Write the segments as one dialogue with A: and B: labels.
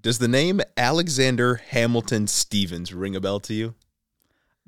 A: Does the name Alexander Hamilton Stevens ring a bell to you?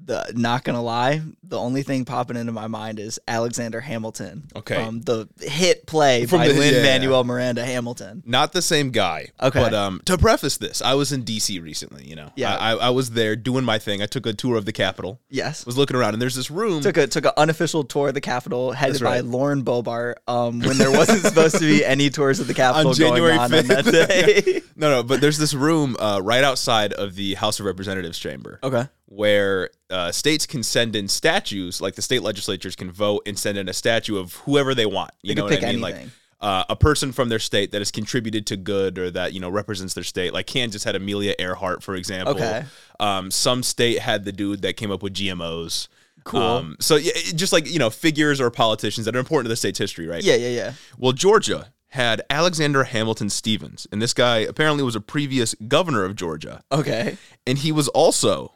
B: The not gonna lie, the only thing popping into my mind is Alexander Hamilton.
A: Okay.
B: From the hit play
A: From
B: by
A: the-
B: Lin
A: yeah,
B: Manuel Miranda Hamilton.
A: Not the same guy.
B: Okay.
A: But um, to preface this, I was in D.C. recently. You know,
B: Yeah.
A: I, I, I was there doing my thing. I took a tour of the Capitol.
B: Yes.
A: Was looking around, and there's this room.
B: Took a took an unofficial tour of the Capitol headed
A: That's
B: by
A: right.
B: Lauren Bobart um, when there wasn't supposed to be any tours of the Capitol
A: On
B: going
A: January
B: on, on that
A: 5th.
B: day.
A: no, no, but there's this room uh, right outside of the House of Representatives chamber.
B: okay.
A: where uh, states can send in statues, like the state legislatures can vote and send in a statue of whoever they want. You
B: They
A: know
B: can
A: what
B: pick
A: I mean?
B: anything.
A: Like uh, a person from their state that has contributed to good or that you know represents their state. Like Kansas had Amelia Earhart, for example.
B: Okay.
A: Um, some state had the dude that came up with GMOs.
B: Cool.
A: Um, so yeah, it- just like you know, figures or politicians that are important to the state's history, right?
B: Yeah, yeah, yeah.
A: Well, Georgia had Alexander Hamilton Stevens, and this guy apparently was a previous governor of Georgia
B: Okay.
A: and he was also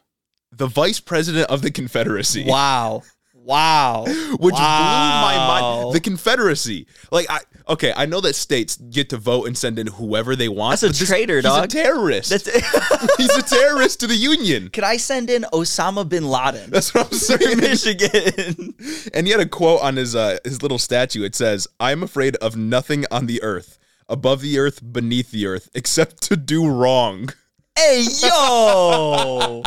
A: the vice president of the Confederacy.
B: Wow. Wow.
A: Which blew my
B: Wow.
A: mind. The Confederacy. Like I okay, I know that states get to vote and send in whoever they want.
B: That's a
A: but this-
B: traitor,
A: he's
B: dog.
A: A terrorist.
B: That's
A: he's a terrorist to the Union.
B: Could I send in Osama bin Laden
A: That's what I'm
B: to
A: saying.
B: Michigan?
A: And he had a quote on his uh, his little statue. It says, "I am afraid of nothing on the earth, above the earth, beneath the earth, except to do wrong."
B: hey yo!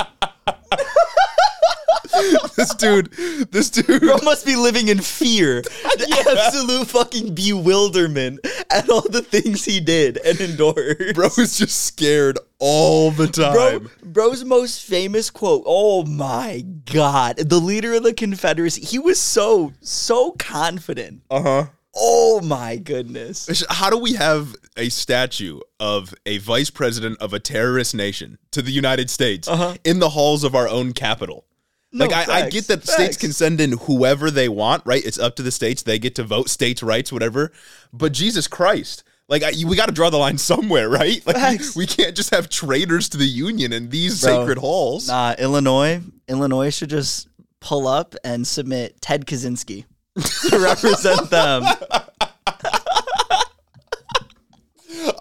A: This dude, this dude,
B: Bro must be living in fear, The absolute fucking bewilderment at all the things he did and endured.
A: bro is just scared all the time.
B: Bro, bro's most famous quote. Oh my god, the leader of the Confederacy. He was so so confident.
A: Uh huh.
B: Oh my goodness.
A: Sh- How do we have a statue of a vice president of a terrorist nation to the United States
B: Uh-huh.
A: in the halls of our own capital? like, I, I
B: facts,
A: get that states
B: facts.
A: can send in whoever they want, right? It's up to the states. They get to vote states' rights, whatever. But Jesus Christ. Like, I, we got to draw the line somewhere, right? Like,
B: Facts.
A: we can't just have traitors to the Union in these
B: Bro.
A: sacred halls.
B: Nah, Illinois. Illinois should just pull up and submit Ted Kaczynski to represent them.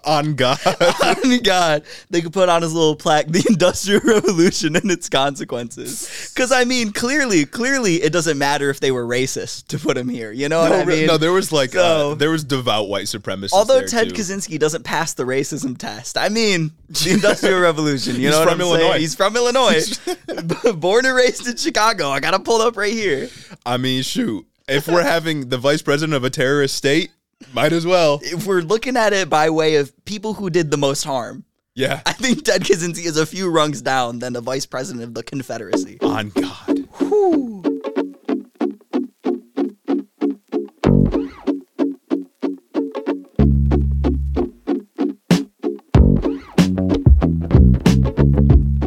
A: On God.
B: I mean, God, they could put on his little plaque, "The Industrial Revolution and its Consequences." Because I mean, clearly, clearly, it doesn't matter if they were racist to put him here. You know what
A: no,
B: I
A: re-
B: mean?
A: no, there was like, uh,
B: so-
A: there was devout white supremacists.
B: Although
A: there,
B: Ted
A: too.
B: Kaczynski doesn't pass the racism test, I mean, the Industrial Revolution. You
A: He's
B: know what
A: from
B: I'm
A: Illinois.
B: saying? He's from Illinois, born and raised in Chicago. I got to pull up right here.
A: I mean, shoot. If we're having the vice president of a terrorist state, might as well.
B: If we're looking at it by way of people who did the most harm,
A: Yeah.
B: I think Ted Kaczynski is a few rungs down than the vice president of the Confederacy.
A: On God.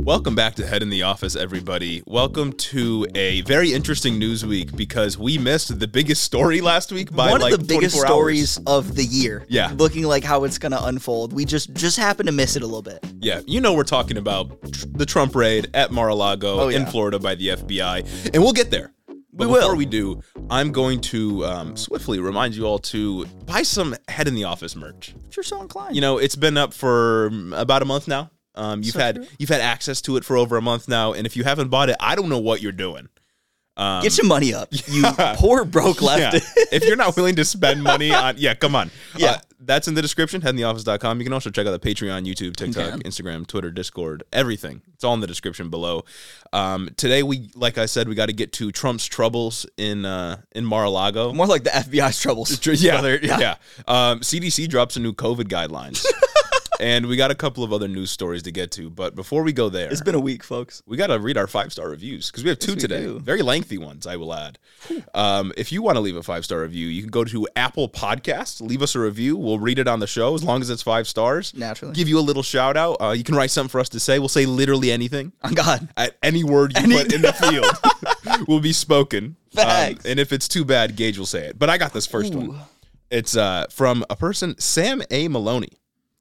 A: Welcome back to Head in the Office, everybody. Welcome to a very interesting news week because we missed the biggest story last week by
B: One
A: like
B: of the biggest
A: 24 hours.
B: stories of the year.
A: Yeah.
B: Looking like how it's gonna unfold. We just just happen to miss it a little bit.
A: Yeah, you know we're talking about tr- the Trump raid at Mar-a-Lago
B: Oh,
A: in
B: yeah.
A: Florida by the FBI, and we'll get there. But
B: We will.
A: Before we do, I'm going to um, swiftly remind you all to buy some Head in the Office merch.
B: If you're so inclined.
A: You know, it's been up for um, about a month now. Um, you've
B: So
A: had
B: true.
A: you've had access to it for over a month now, and if you haven't bought it, I don't know what you're doing.
B: Get your money up. You poor broke
A: Yeah.
B: leftist.
A: if you're not willing to spend money on, yeah, come on. Uh,
B: Yeah.
A: that's in the description. Head in the office.com. You can also check out the Patreon, YouTube, TikTok,
B: Okay.
A: Instagram, Twitter, Discord, everything. It's all in the description below. Um, today, we, like I said, we got to get to Trump's troubles in uh, in Mar-a-Lago.
B: More like the FBI's troubles.
A: Tr- yeah, there- yeah. Um, CDC drops some new COVID guidelines, and we got a couple of other news stories to get to. But before we go there,
B: It's been a week, folks.
A: we got to read our five star reviews because we have two
B: we
A: today.
B: do.
A: Very lengthy ones, I will add. Um, if you want to leave a five star review, you can go to Apple Podcasts, leave us a review. We'll read it on the show as long as it's five stars.
B: Naturally.
A: Give you a little shout out. Uh, you can write something for us to say. We'll say literally anything.
B: On God.
A: At any word you
B: Any-
A: put in the field will be spoken. Um,
B: Facts.
A: and if it's too bad, Gage will say it. But I got this first one. It's uh, from a person, Sam A. Maloney.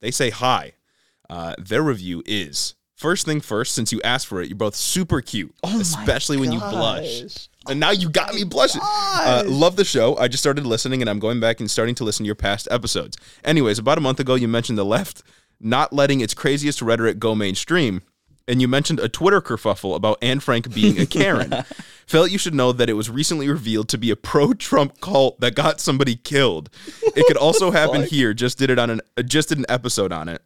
A: They say hi. Uh, their review is first thing first, since you asked for it, you're both super cute,
B: Oh
A: especially when you blush.
B: gosh.
A: And now you got me blushing. Uh, love the show. I just started listening and I'm going back and starting to listen to your past episodes. Anyways, about a month ago, you mentioned the left not letting its craziest rhetoric go mainstream. And you mentioned a Twitter kerfuffle about Anne Frank being a Karen. Felt you should know that it was recently revealed to be a pro Trump cult that got somebody killed. It could also happen
B: fuck?
A: here. Just did it on an uh, just did an episode on it.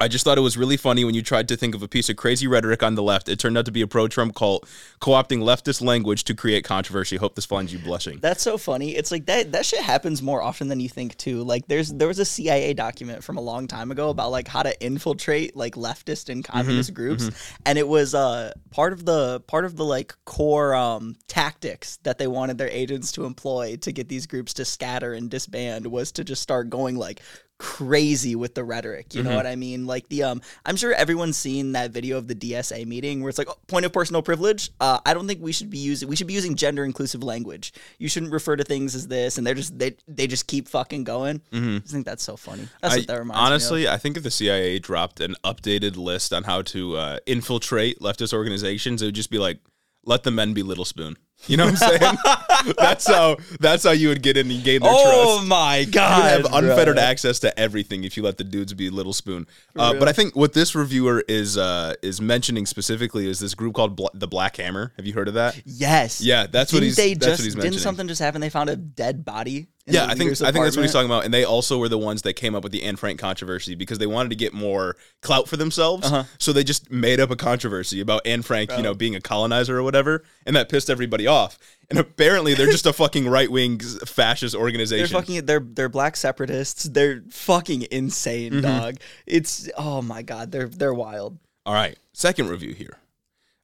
A: I just thought it was really funny when you tried to think of a piece of crazy rhetoric on the left. It turned out to be a pro Trump cult co-opting leftist language to create controversy. Hope this finds you blushing.
B: That's so funny. It's like that that shit happens more often than you think too. Like there's there was a CIA document from a long time ago about like how to infiltrate like leftist and communist groups and it was uh part of the part of the like core um tactics that they wanted their agents to employ to get these groups to scatter and disband was to just start going like crazy with the rhetoric you
A: Mm-hmm.
B: know what i mean like the um i'm sure everyone's seen that video of the dsa meeting where it's like oh, point of personal privilege uh i don't think we should be using we should be using gender inclusive language you shouldn't refer to things as this and they're just they they just keep fucking going i just think that's so funny
A: Mm-hmm. I-
B: that's what that reminds me
A: honestly, I think if the CIA dropped an updated list on how to uh, infiltrate leftist organizations, it would just be like, let the men be Little Spoon. You know what I'm saying? that's how that's how you would get in and gain their
B: of oh
A: trust.
B: my
A: You would
B: god
A: have unfettered
B: bro.
A: access to everything if you let the dudes be Little Spoon. Uh, but I think what this reviewer is uh, is mentioning specifically is this group called Bla- the Black Hammer. Have you heard of that?
B: yes
A: Yeah, that's what
B: didn't
A: he's-
B: they
A: that's what
B: just
A: he's
B: didn't
A: mentioning.
B: something just happen they found a dead body in
A: Yeah,
B: the
A: I think
B: leader's
A: I think that's what he's
B: apartment?
A: talking about. And they also were the ones that came up with the Anne Frank controversy because they wanted to get more clout for themselves.
B: Uh-huh.
A: So they just made up a controversy about Anne Frank, you
B: Oh.
A: know, being a colonizer or whatever, and that pissed everybody off. And apparently, they're just a fucking right wing fascist
B: They're
A: organization.
B: fucking they're they're black separatists. They're fucking insane,
A: Mm-hmm.
B: dog. It's oh my god, they're they're wild.
A: All right, second review here.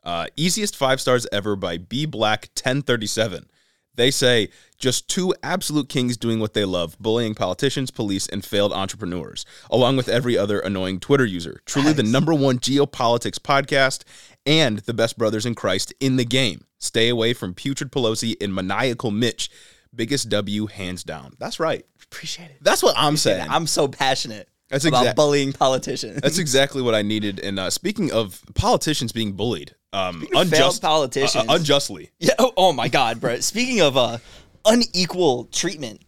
A: Uh, easiest five stars ever by B Black 1037. They say just two absolute kings doing what they love, bullying politicians, police, and failed entrepreneurs, along with every other annoying Twitter user. Truly the number one geopolitics podcast and the best brothers in Christ in the game. Stay away from putrid Pelosi and maniacal Mitch. Biggest W hands down. That's right.
B: Appreciate it.
A: That's what I'm saying.
B: I'm so passionate
A: That's
B: about
A: exact-
B: bullying politicians.
A: That's exactly what I needed. And uh, speaking of politicians being bullied, um, unjust
B: politicians.
A: uh, unjustly
B: yeah, oh, oh my god, bro. Speaking of uh unequal treatment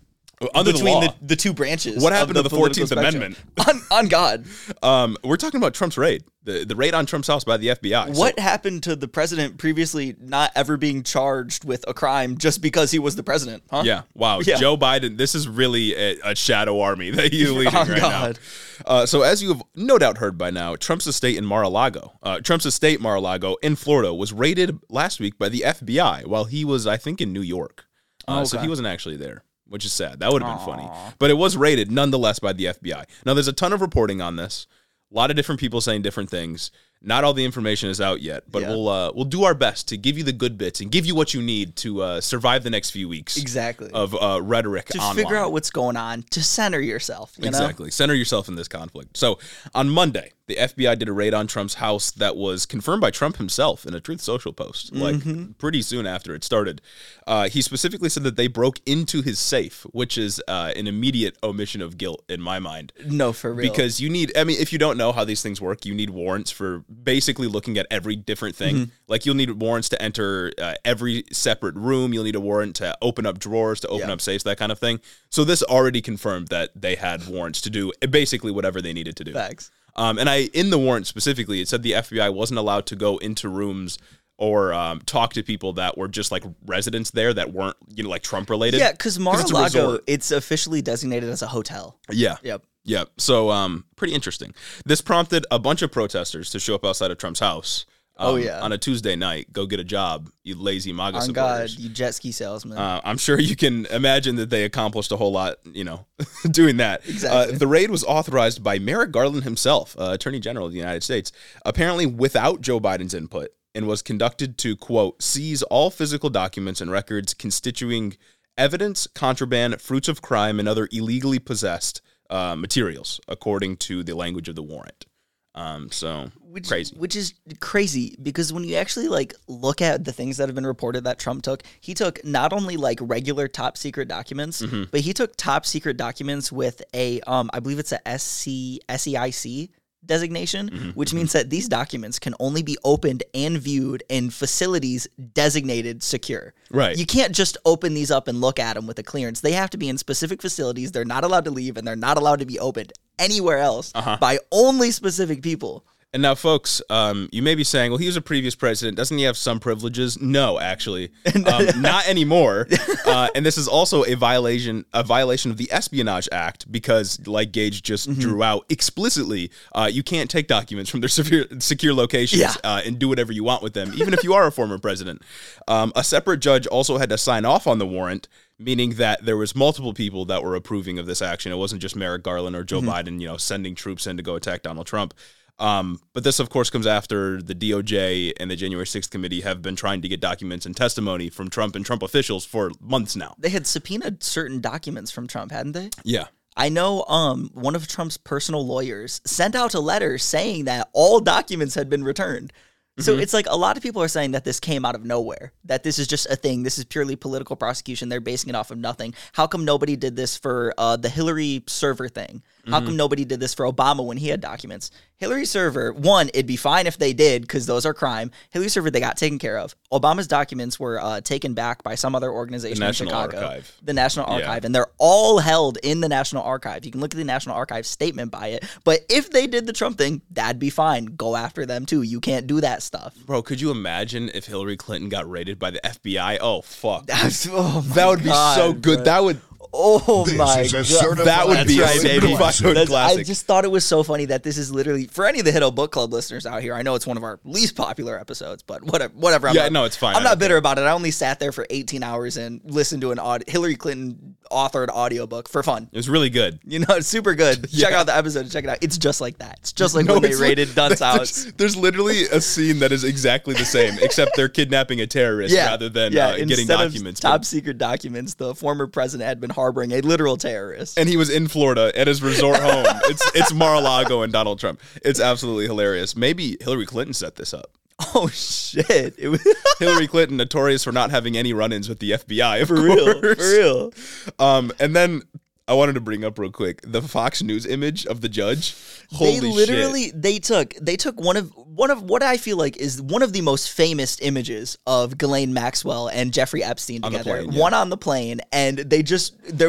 A: under
B: between
A: the
B: the,
A: law.
B: the, two branches.
A: What
B: of
A: happened to the
B: political
A: 14th
B: spectrum. On on God.
A: um, we're talking about Trump's raid, the the raid on Trump's house by the FBI. So-
B: What happened to the president previously not ever being charged with a crime just because he was the president? Huh?
A: yeah. Wow.
B: Yeah.
A: Joe Biden. This is really a, a shadow army that you're leading
B: Oh,
A: right
B: God.
A: now. Uh, so, as you have no doubt heard by now, Trump's estate in Mar-a-Lago, uh, Trump's estate Mar-a-Lago in Florida, was raided last week by the FBI while he was, I think, in New York. Uh,
B: Oh,
A: So he wasn't actually there, which is sad. That would have been funny, but it was raided nonetheless by the FBI. Now, there's a ton of reporting on this. A lot of different people saying different things. Not all the information is out yet, but
B: Yeah.
A: we'll uh, we'll do our best to give you the good bits and give you what you need to uh, survive the next few weeks
B: Exactly.
A: of uh, rhetoric
B: to
A: online.
B: figure out what's going on to center yourself. You know?
A: exactly. Center yourself in this conflict. So on Monday, the FBI did a raid on Trump's house that was confirmed by Trump himself in a Truth Social post, like
B: Mm-hmm.
A: pretty soon after it started. Uh, he specifically said that they broke into his safe, which is uh, an immediate omission of guilt in my mind.
B: No, for real.
A: Because you need, I mean, if you don't know how these things work, you need warrants for basically looking at every different thing.
B: Mm-hmm.
A: Like you'll need warrants to enter uh, every separate room. You'll need a warrant to open up drawers, to open
B: Yeah.
A: up safes, that kind of thing. So this already confirmed that they had warrants to do basically whatever they needed to do.
B: facts.
A: Um, and I in the warrant specifically, it said the FBI wasn't allowed to go into rooms or um, talk to people that were just like residents there that weren't you know like Trump related.
B: Yeah, because
A: it's a
B: Mar-a-Lago,
A: resort.
B: it's, officially designated as a hotel.
A: Yeah.
B: Yep.
A: Yeah. So, um, pretty interesting. This prompted a bunch of protesters to show up outside of Trump's house.
B: Oh,
A: um,
B: yeah.
A: On a Tuesday night, go get a job, you lazy MAGA
B: On God,
A: supporters.
B: you jet ski salesman.
A: Uh, I'm sure you can imagine that they accomplished a whole lot, you know, doing that.
B: Exactly.
A: Uh, the raid was authorized by Merrick Garland himself, uh, Attorney General of the United States, apparently without Joe Biden's input, and was conducted to, quote, seize all physical documents and records constituting evidence, contraband, fruits of crime, and other illegally possessed uh, materials, according to the language of the warrant. Um, so,
B: which,
A: crazy.
B: Which is crazy because when you actually like look at the things that have been reported that Trump took, he took not only like regular top secret documents,
A: Mm-hmm.
B: but he took top secret documents with a um I believe it's a SC SEIC E designation,
A: Mm-hmm.
B: which means that these documents can only be opened and viewed in facilities designated secure.
A: Right.
B: You can't just open these up and look at them with a clearance. They have to be in specific facilities. They're not allowed to leave and they're not allowed to be opened anywhere else
A: Uh-huh.
B: by only specific people.
A: And now, folks, um, you may be saying, well, he was a previous president. Doesn't he have some privileges? No, actually, um, not anymore. Uh, and this is also a violation a violation of the Espionage Act because, like Gage just drew out explicitly, uh, you can't take documents from their severe, secure locations
B: Yeah.
A: uh, and do whatever you want with them, even if you are a former president. Um, a separate judge also had to sign off on the warrant. Meaning that there was multiple people that were approving of this action. It wasn't just Merrick Garland or Joe Biden, you know, sending troops in to go attack Donald Trump. Um, but this, of course, comes after the DOJ and the January 6th committee have been trying to get documents and testimony from Trump and Trump officials for months now.
B: They had subpoenaed certain documents from Trump, hadn't they?
A: Yeah.
B: I know um, one of Trump's personal lawyers sent out a letter saying that all documents had been returned. So
A: Mm-hmm.
B: it's like a lot of people are saying that this came out of nowhere, that this is just a thing. This is purely political prosecution. They're basing it off of nothing. How come nobody did this for uh, the Hillary server thing? How
A: Mm-hmm.
B: come nobody did this for Obama when he had documents? Hillary server, one, it'd be fine if they did because those are crime. Hillary server, they got taken care of. Obama's documents were uh, taken back by some other organization
A: The National
B: in Chicago
A: Archive.
B: the National Archive, and they're all held in the National Archive. You can look at the National Archive statement by it. But if they did the Trump thing, that'd be fine. Go after them too. You can't do that stuff.
A: Bro, could you imagine if Hillary Clinton got raided by the FBI? Oh, fuck. That
B: oh my
A: would be so
B: God,
A: good.
B: bro.
A: That would
B: Oh my
C: is a
B: god.
C: certified
A: that would be
C: That's
A: a
C: right,
A: baby
C: baby.
A: fucking
B: That's- I
A: classic.
B: just thought it was so funny that this is literally for any of the Hit Hill Book Club listeners out here. I know it's one of our least popular episodes, but whatever. Whatever. I'm
A: Yeah,
B: not,
A: no, it's fine.
B: I'm
A: I
B: not
A: don't
B: bitter about it. I only sat there for 18 hours and listened to an aud- Hillary Clinton authored audiobook for fun.
A: it was really good.
B: You know, it's super good. Check out the episode. Check it out. It's just like that. It's just like
A: No,
B: when they
A: it's
B: raided Dunt's house.
A: There's, there's literally a scene that is exactly the same, except they're kidnapping a terrorist
B: Yeah,
A: rather than
B: yeah.
A: uh, getting
B: instead of
A: documents.
B: top secret documents. The former president had been harboring a literal terrorist.
A: and he was in Florida at his resort home. It's it's Mar-a-Lago and Donald Trump. It's absolutely hilarious. Maybe Hillary Clinton set this up.
B: oh shit! It was
A: Hillary Clinton, notorious for not having any run-ins with the FBI, of
B: for real, for
A: course.
B: real.
A: Um, and then I wanted to bring up real quick the Fox News image of the judge. Holy
B: they
A: shit!
B: literally they took they took one of one of what I feel like is one of the most famous images of Ghislaine Maxwell and Jeffrey Epstein
A: On the
B: together.
A: plane, yeah.
B: One on the plane, and they just they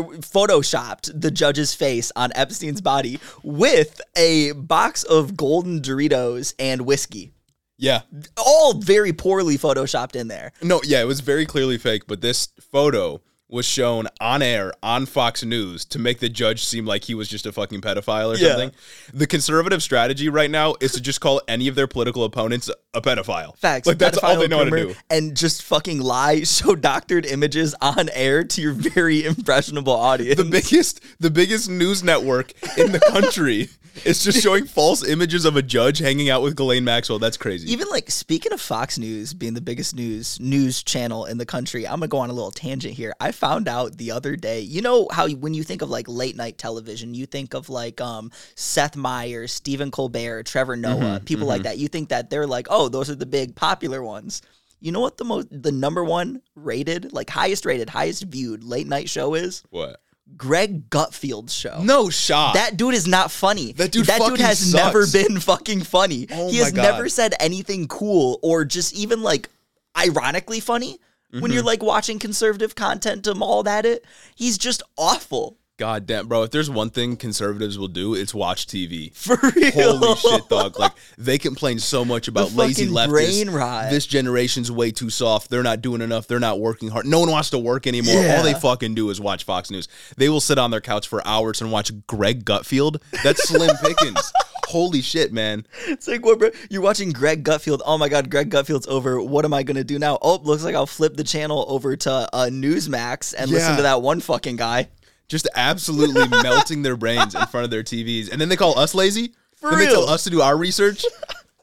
B: photoshopped the judge's face on Epstein's body with a box of golden Doritos and whiskey.
A: Yeah,
B: All very poorly photoshopped in there.
A: no, yeah, it was very clearly fake. But this photo was shown on air on Fox News to make the judge seem like he was just a fucking pedophile or
B: Yeah.
A: something. The conservative strategy right now is to just call any of their political opponents a pedophile.
B: Facts.
A: Like that's all
B: pedophile
A: they know how to
B: groomer,
A: do.
B: And just fucking lie, show doctored images on air to your very impressionable audience.
A: The biggest the biggest news network in the country is just showing false images of a judge hanging out with Ghislaine Maxwell. That's crazy.
B: even like speaking of Fox News being the biggest news news channel in the country, I'm gonna go on a little tangent here. I found out the other day, you know how you- when you think of like late night television, you think of like um Seth Meyers, Stephen Colbert, Trevor Noah, people like that. You think that they're like, oh, those are the big popular ones. You know what the most the number one rated, like highest rated, highest viewed late night show is?
A: what?
B: Greg Gutfield's show.
A: No shot.
B: That dude is not funny.
A: That dude
B: That dude
A: fucking
B: has
A: sucks.
B: never been fucking funny.
A: Oh
B: he
A: my
B: has
A: God.
B: never said anything cool or just even like ironically funny. When
A: Mm-hmm.
B: you're like watching conservative content to maul at it, he's just awful.
A: God damn, bro. If there's one thing conservatives will do, it's watch TV.
B: For real.
A: Holy shit, dog. Like, they complain so much about lazy
B: fucking
A: leftists.
B: brain rot.
A: This generation's way too soft. They're not doing enough. They're not working hard. No one wants to work anymore.
B: Yeah.
A: All they fucking do is watch Fox News. They will sit on their couch for hours and watch Greg Gutfield. That's Slim Pickens. Holy shit, man.
B: It's like what, bro? You're watching Greg Gutfield. Oh my God, Greg Gutfield's over. What am I gonna do now? Oh, looks like I'll flip the channel over to uh, Newsmax and listen
A: Yeah.
B: to that one fucking guy.
A: Just absolutely melting their brains in front of their TVs. And then they call us lazy?
B: For
A: then they tell
B: real.
A: us to do our research?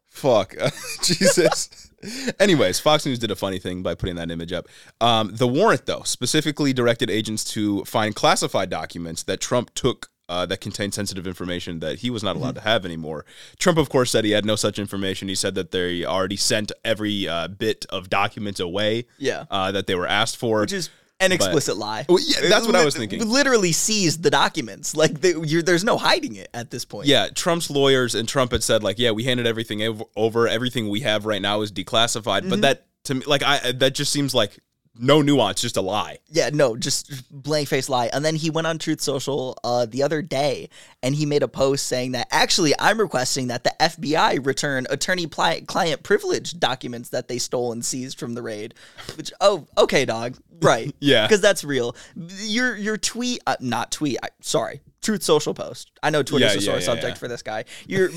A: Fuck. Jesus. Anyways, Fox News did a funny thing by putting that image up. Um, the warrant, though, specifically directed agents to find classified documents that Trump took uh, that contained sensitive information that he was not allowed
B: Mm-hmm.
A: to have anymore. Trump, of course, said he had no such information. He said that they already sent every uh, bit of documents away
B: Yeah.
A: uh, that they were asked for.
B: Which is an explicit lie.
A: Well, yeah, that's what I was
B: Lit-
A: thinking.
B: Literally seized the documents. Like they, you're, there's no hiding it at this point.
A: Yeah, Trump's lawyers and Trump had said like, yeah, we handed everything ov- over. Everything we have right now is declassified. But that to me, like, I that just seems like no nuance, just a lie.
B: Yeah, no, just blank face lie. And then he went on Truth Social uh, the other day and he made a post saying that actually I'm requesting that the FBI return attorney pli- client privilege documents that they stole and seized from the raid. Which oh, okay, dog. Right.
A: Yeah.
B: Cuz that's real. Your your tweet uh, not tweet, I, sorry. Truth Social post. I know Twitter's
A: Yeah,
B: a
A: yeah,
B: sore
A: yeah,
B: subject
A: yeah.
B: for this guy. Your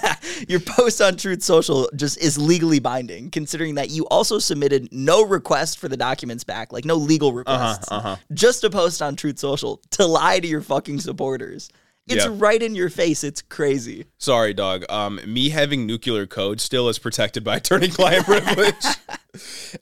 B: your post on Truth Social just is legally binding, considering that you also submitted no request for the documents back, like no legal
A: Uh-huh,
B: requests, just a post on Truth Social to lie to your fucking supporters. It's
A: Yeah.
B: right in your face. It's crazy.
A: Sorry, dog. Um, me having nuclear code still is protected by attorney-client privilege.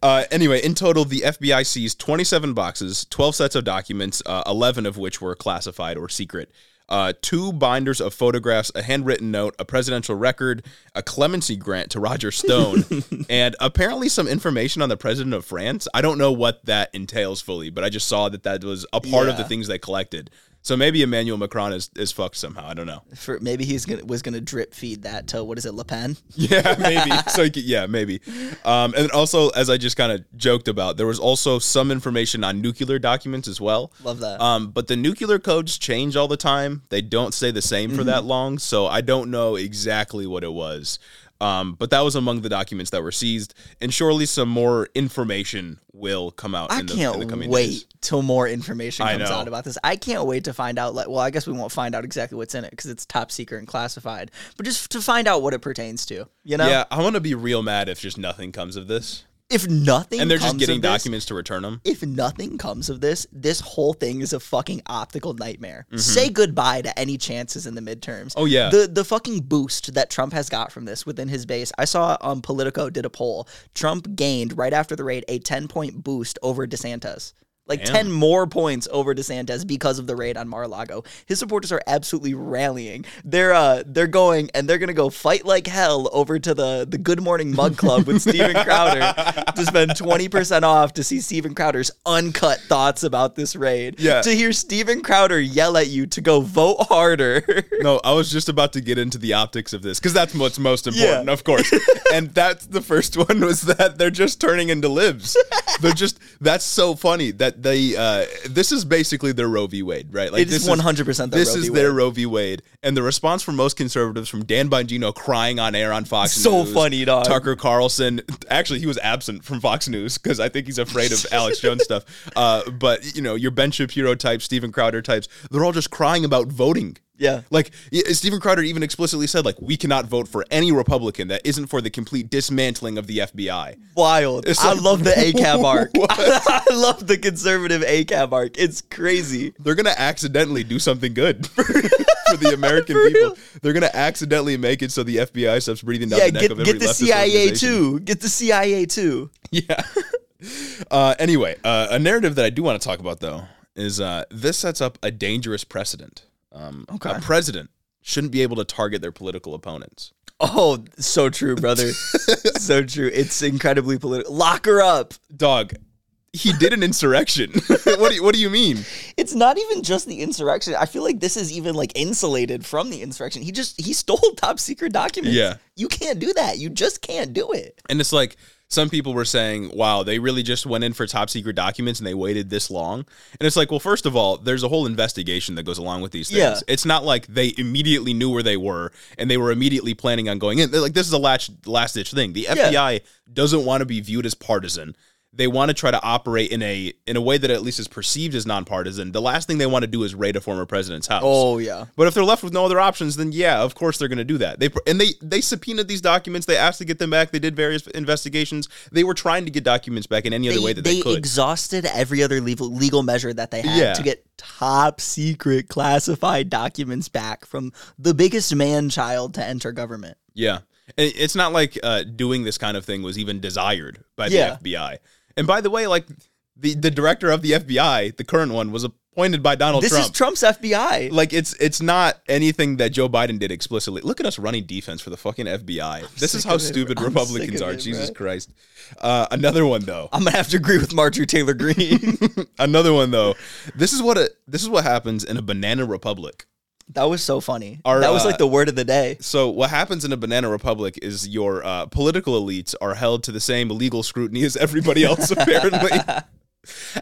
A: Uh, anyway, in total, the FBI seized 27 boxes, 12 sets of documents, uh, 11 of which were classified or secret, uh, two binders of photographs, a handwritten note, a presidential record, a clemency grant to Roger Stone, and apparently some information on the president of France. I don't know what that entails fully, but I just saw that that was a part of the
B: Yeah.
A: things they collected. So maybe Emmanuel Macron is, is fucked somehow. I don't know.
B: For maybe he's gonna was gonna drip feed that to what is it, Le Pen?
A: Yeah, maybe. so you could- yeah, maybe. Um, and also, as I just kind of joked about, there was also some information on nuclear documents as well.
B: Love that.
A: Um, but the nuclear codes change all the time. They don't stay the same for
B: Mm-hmm.
A: that long, so I don't know exactly what it was. Um, but that was among the documents that were seized, and surely some more information will come out.
B: I
A: in the, in the
B: can't
A: coming
B: wait
A: days.
B: till more information
A: I
B: comes
A: know.
B: out about this. I can't wait to find out. Like, well, I guess we won't find out exactly what's in it because it's top secret and classified. But just to find out what it pertains to, you know.
A: Yeah, I want to be real mad if just nothing comes of this,
B: If nothing,
A: and they're just
B: comes
A: getting
B: of this-
A: documents to return them.
B: If nothing comes of this, this whole thing is a fucking optical nightmare.
A: Mm-hmm.
B: Say goodbye to any chances in the midterms.
A: Oh, yeah.
B: the the fucking boost that Trump has got from this within his base. I saw um, Politico did a poll. Trump gained right after the raid a ten point boost over DeSantis. Like
A: Damn.
B: ten more points over DeSantis because of the raid on Mar-a-Lago. His supporters are absolutely rallying. They're uh they're going and they're gonna go fight like hell over to the the Good Morning Mug Club with Steven Crowder to spend twenty percent off to see Steven Crowder's uncut thoughts about this raid.
A: Yeah.
B: To hear Steven Crowder yell at you to go vote harder.
A: No, I was just about to get into the optics of this because that's what's most important,
B: Yeah.
A: of course. and that's the first one was that they're just turning into libs. they're just that's so funny that they uh, this is basically their Roe v. Wade, right? Like
B: It is
A: this
B: 100% their
A: this
B: Roe
A: is
B: v.
A: their
B: Wade.
A: Roe v. Wade, and the response from most conservatives from Dan Bongino crying on air on Fox
B: So
A: News,
B: funny, dog.
A: Tucker Carlson. Actually, he was absent from Fox News because I think he's afraid of Alex Jones stuff. Uh, but you know, your Ben Shapiro types, Steven Crowder types, they're all just crying about voting.
B: Yeah.
A: Like y- Stephen Crowder even explicitly said, like we cannot vote for any Republican that isn't for the complete dismantling of the FBI.
B: Wild. I
A: like-
B: love the ACAB arc.
A: What?
B: I love the conservative ACAB arc. It's crazy.
A: They're gonna accidentally do something good for, for the American people.
B: real.
A: They're gonna accidentally make it so the FBI stops breathing down
B: Yeah,
A: the neck
B: get,
A: of every
B: get the
A: leftist
B: CIA
A: organization.
B: too. Get the CIA too.
A: Yeah. uh, anyway, uh, a narrative that I do want to talk about though is uh, this sets up a dangerous precedent. Um,
B: Okay.
A: A president shouldn't be able to target their political opponents.
B: Oh, so true, brother. so true. It's incredibly political. Lock her up.
A: Dog, he did an insurrection. what, do you, what do you mean?
B: It's not even just the insurrection. I feel like this is even like insulated from the insurrection. He just he stole top secret documents.
A: Yeah.
B: You can't do that. You just can't do it.
A: And it's like some people were saying, wow, they really just went in for top secret documents and they waited this long. And it's like, well, first of all, there's a whole investigation that goes along with these things.
B: Yeah.
A: It's not like they immediately knew where they were and they were immediately planning on going in. They're like, this is a last, last ditch thing. The FBI doesn't want to be viewed as partisan. They want to try to operate in a in a way that at least is perceived as nonpartisan. The last thing they want to do is raid a former president's house.
B: yeah.
A: But if they're left with no other options, then yeah, of course they're going to do that. They and they they subpoenaed these documents. They asked to get them back. They did various investigations. They were trying to get documents back in any other way that they, could.
B: exhausted every other legal, legal measure that they had
A: Yeah.
B: to get top secret classified documents back from the biggest man child to enter government.
A: yeah, And it's not like uh, doing this kind of thing was even desired by
B: Yeah.
A: the FBI. And by the way, like the the director of the FBI, the current one, was appointed by Donald
B: this
A: Trump.
B: is Trump's FBI.
A: like it's it's not anything that Joe Biden did explicitly. Look at us running defense for the fucking FBI. this is
B: sick
A: how
B: of it, bro.
A: stupid
B: I'm sick
A: Republicans
B: of
A: are.
B: it,
A: Jesus
B: bro.
A: Christ. Uh, another one though.
B: I'm gonna have to agree with Marjorie Taylor Greene.
A: Another one though. This is what a this is what happens in a banana republic.
B: that was so funny.
A: Our,
B: that was
A: uh,
B: like the word of the day.
A: So what happens in a banana republic is your uh, political elites are held to the same legal scrutiny as everybody else. Apparently,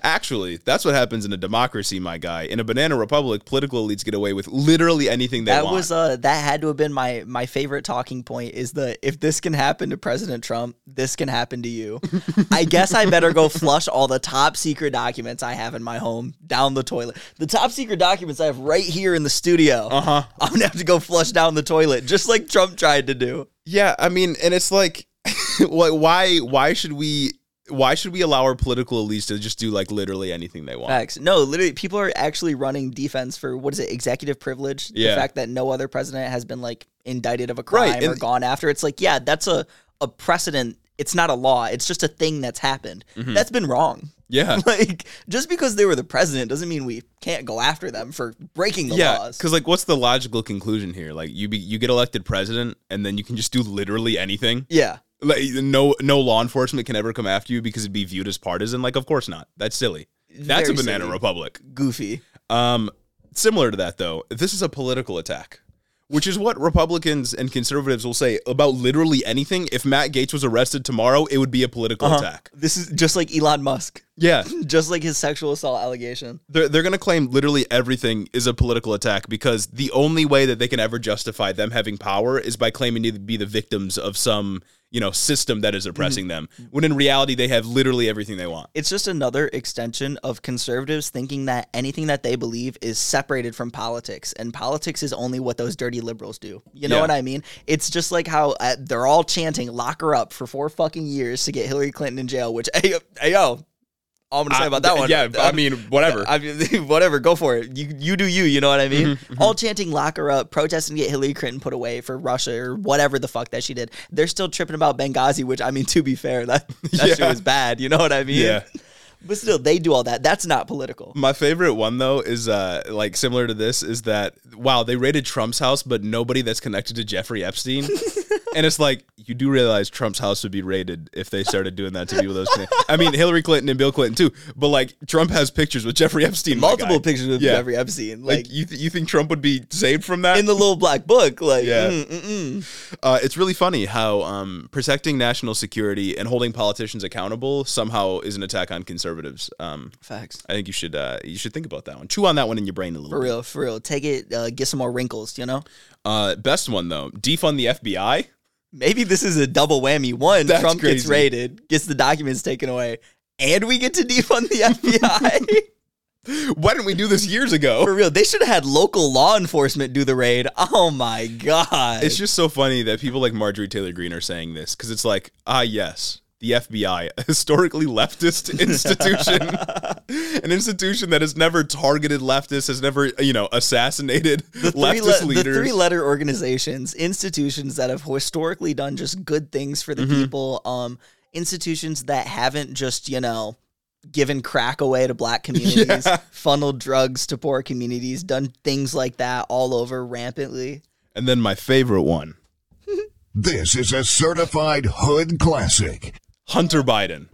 A: Actually, that's what happens in a democracy, my guy. In a banana republic, political elites get away with literally anything they
B: that
A: want.
B: was uh that had to have been my my favorite talking point is the if this can happen to President Trump, this can happen to you. I guess I better go flush all the top secret documents I have in my home down the toilet. The top secret documents I have right here in the studio.
A: uh-huh.
B: I'm gonna have to go flush down the toilet, just like Trump tried to do.
A: Yeah, I mean, and it's like, why, why, why should we, why should we allow our political elites to just do like literally anything they want?
B: Facts. No, literally, people are actually running defense for what is it, executive privilege?
A: Yeah.
B: The fact that no other president has been like indicted of a crime
A: Right,
B: or
A: and-
B: gone after. It's like, yeah, that's a, a precedent. It's not a law. It's just a thing that's happened.
A: Mm-hmm.
B: That's been wrong.
A: yeah,
B: Like, just because they were the president doesn't mean we can't go after them for breaking the
A: yeah.
B: laws.
A: Because like, what's the logical conclusion here? Like, you be you get elected president, and then you can just do literally anything.
B: Yeah.
A: Like, no, no law enforcement can ever come after you because it'd be viewed as partisan. Like, of course not. That's silly. That's
B: Very
A: a banana
B: silly.
A: republic.
B: Goofy.
A: Um, similar to that, though, this is a political attack, which is what Republicans and conservatives will say about literally anything. If Matt Gates was arrested tomorrow, it would be a political
B: Uh-huh.
A: attack.
B: This is just like Elon Musk,
A: Yeah,
B: just like his sexual assault allegation.
A: they're they're going to claim literally everything is a political attack because the only way that they can ever justify them having power is by claiming to be the victims of some you know system that is oppressing
B: Mm-hmm.
A: them. When in reality, they have literally everything they want.
B: it's just another extension of conservatives thinking that anything that they believe is separated from politics and politics is only what those dirty liberals do you know
A: Yeah.
B: what i mean it's just like how uh, they're all chanting lock her up for four fucking years to get hillary clinton in jail which hey, hey yo all i'm gonna say about that one
A: Yeah, I
B: Um,
A: mean, whatever.
B: I mean, whatever, go for it. You you do you, you know what I mean?
A: Mm-hmm,
B: All chanting lock her up, protesting to get Hillary Clinton put away for Russia or whatever the fuck that she did. They're still tripping about Benghazi, which I mean, to be fair, that, that shit
A: Yeah.
B: was bad, you know what I mean?
A: Yeah. Mm,
B: But still, they do all that. That's not political.
A: My favorite one though is uh like similar to this is that wow they raided Trump's house but nobody that's connected to Jeffrey Epstein and it's like you do realize Trump's house would be raided if they started doing that to people those conne- I mean Hillary Clinton and Bill Clinton too but like Trump has pictures with Jeffrey Epstein my
B: Multiple
A: guy.
B: pictures of
A: Yeah.
B: Jeffrey Epstein,
A: like,
B: like,
A: you th- you think Trump would be saved from that
B: in the little black book. Like,
A: Yeah.
B: mm, mm, mm.
A: uh, it's really funny how um, protecting national security and holding politicians accountable somehow is an attack on conservatives um,
B: facts.
A: I think you should uh, you should think about that one chew on that one in your brain a little
B: For
A: bit.
B: real, for real. Take it, uh, get some more wrinkles, you know?
A: Uh, best one though, defund the FBI.
B: Maybe this is a double whammy. One,
A: That's
B: Trump gets
A: crazy.
B: raided, gets the documents taken away, and we get to defund the FBI.
A: Why didn't we do this years ago?
B: For real, they should have had local law enforcement do the raid. Oh my god!
A: It's just so funny that people like Marjorie Taylor Greene are saying this because it's like, ah, yes, the FBI, a historically leftist institution, an institution that has never targeted leftists, has never you know assassinated
B: Three
A: leftist
B: le-
A: leaders.
B: The three letter organizations, institutions that have historically done just good things for the
A: Mm-hmm.
B: people, um, institutions that haven't just, you know, given crack away to black communities,
A: Yeah.
B: funneled drugs to poor communities, done things like that all over rampantly.
A: and then my favorite one,
C: This is a certified hood classic.
A: Hunter Biden.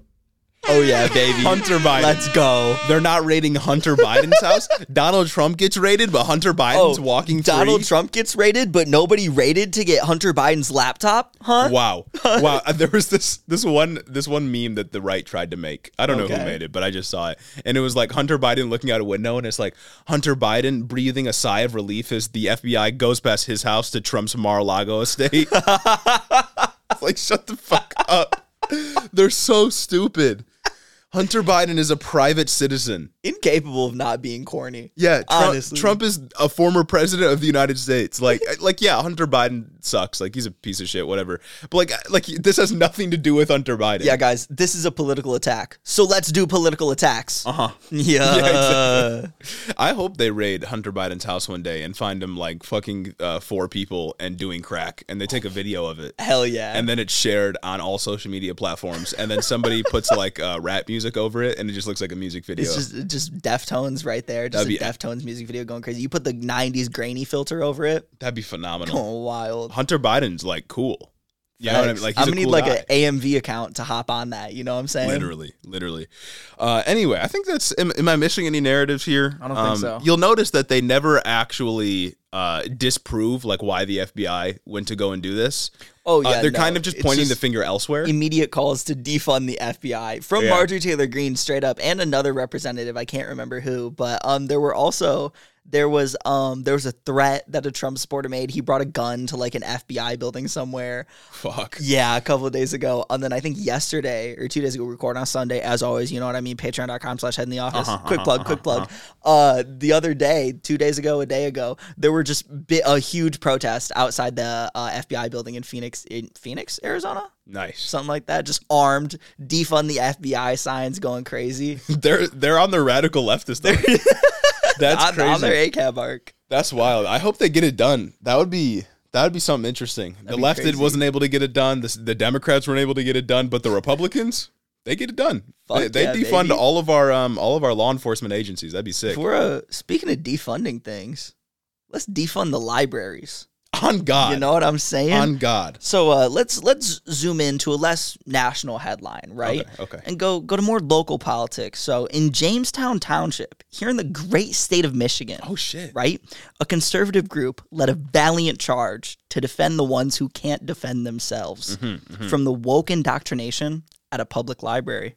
B: Oh yeah, baby.
A: Hunter Biden.
B: Let's go.
A: They're not raiding Hunter Biden's house. Donald Trump gets raided, but Hunter Biden's
B: Oh,
A: walking
B: Donald
A: free.
B: Trump gets raided, but nobody raided to get Hunter Biden's laptop, huh?
A: Wow. Wow. Uh, There was this this one this one meme that the right tried to make. I don't know who
B: Okay.
A: made it, but I just saw it. And it was like Hunter Biden looking out a window and it's like Hunter Biden breathing a sigh of relief as the FBI goes past his house to Trump's Mar-a-Lago estate. It's like shut the fuck up. They're so stupid. Hunter Biden is a private citizen.
B: Incapable of not being corny.
A: Yeah, Trump,
B: Honestly.
A: Trump is a former president of the United States. Like, like yeah, Hunter Biden sucks. Like, he's a piece of shit, whatever. But like, like this has nothing to do with Hunter Biden.
B: Yeah, guys, this is a political attack. So let's do political attacks.
A: Uh-huh.
B: Yeah.
A: I hope they raid Hunter Biden's house one day and find him like fucking uh, four people and doing crack, and they take a video of it,
B: Hell yeah.
A: and then it's shared on all social media platforms, and then somebody puts like uh, rap music over it, and it just looks like a music video.
B: it's just just Deftones right there. Just
A: That'd
B: a
A: be-
B: Deftones music video going crazy. You put the 90s grainy filter over it.
A: That'd be phenomenal.
B: Going wild.
A: Hunter Biden's like cool. You know what I mean? Like, he's
B: I'm
A: a
B: gonna need
A: cool
B: like
A: guy.
B: an AMV account to hop on that. You know what I'm saying?
A: Literally, literally. Uh, anyway, I think that's. Am, am I missing any narratives here? Um,
D: I don't think so.
A: You'll notice that they never actually uh, disprove like why the FBI went to go and do this.
B: Oh
A: Uh,
B: yeah,
A: they're
B: no,
A: kind of just
B: it's
A: pointing the finger elsewhere.
B: immediate calls to defund the FBI from
A: Yeah.
B: Marjorie Taylor Greene straight up and another representative I can't remember who but um there were also there was um there was a threat that a Trump supporter made he brought a gun to like an FBI building somewhere
A: Fuck.
B: yeah a couple of days ago and then I think yesterday or two days ago we record on Sunday as always you know what I mean patreon.com slash head in the office
A: Uh-huh,
B: quick
A: uh-huh,
B: plug quick plug uh the other day two days ago a day ago there were just bi- a huge protest outside the uh, FBI building in Phoenix in Phoenix Arizona
A: Nice.
B: something like that. Just armed, defund the FBI signs, going crazy.
A: They're they're on the radical leftist. line. That's
B: on,
A: crazy.
B: on their ACAB arc.
A: That's wild. I hope they get it done. That would be that would be something interesting. the
B: be
A: left did-
B: crazy.
A: wasn't able to get it done. The, the Democrats weren't able to get it done, but the Republicans they get it done.
B: Fuck
A: they they
B: yeah,
A: defund
B: baby.
A: all of our um all of our law enforcement agencies. That'd be sick.
B: If we're uh, speaking of defunding things, let's defund the libraries.
A: on God,
B: You know what I'm saying?
A: on God.
B: so uh, let's let's zoom into a less national headline, right?
A: Okay, okay.
B: And go go to more local politics. So in Jamestown Township, here in the great state of Michigan.
A: Oh shit.
B: right? A conservative group led a valiant charge to defend the ones who can't defend themselves
A: Mm-hmm,
B: from the woke indoctrination at a public library.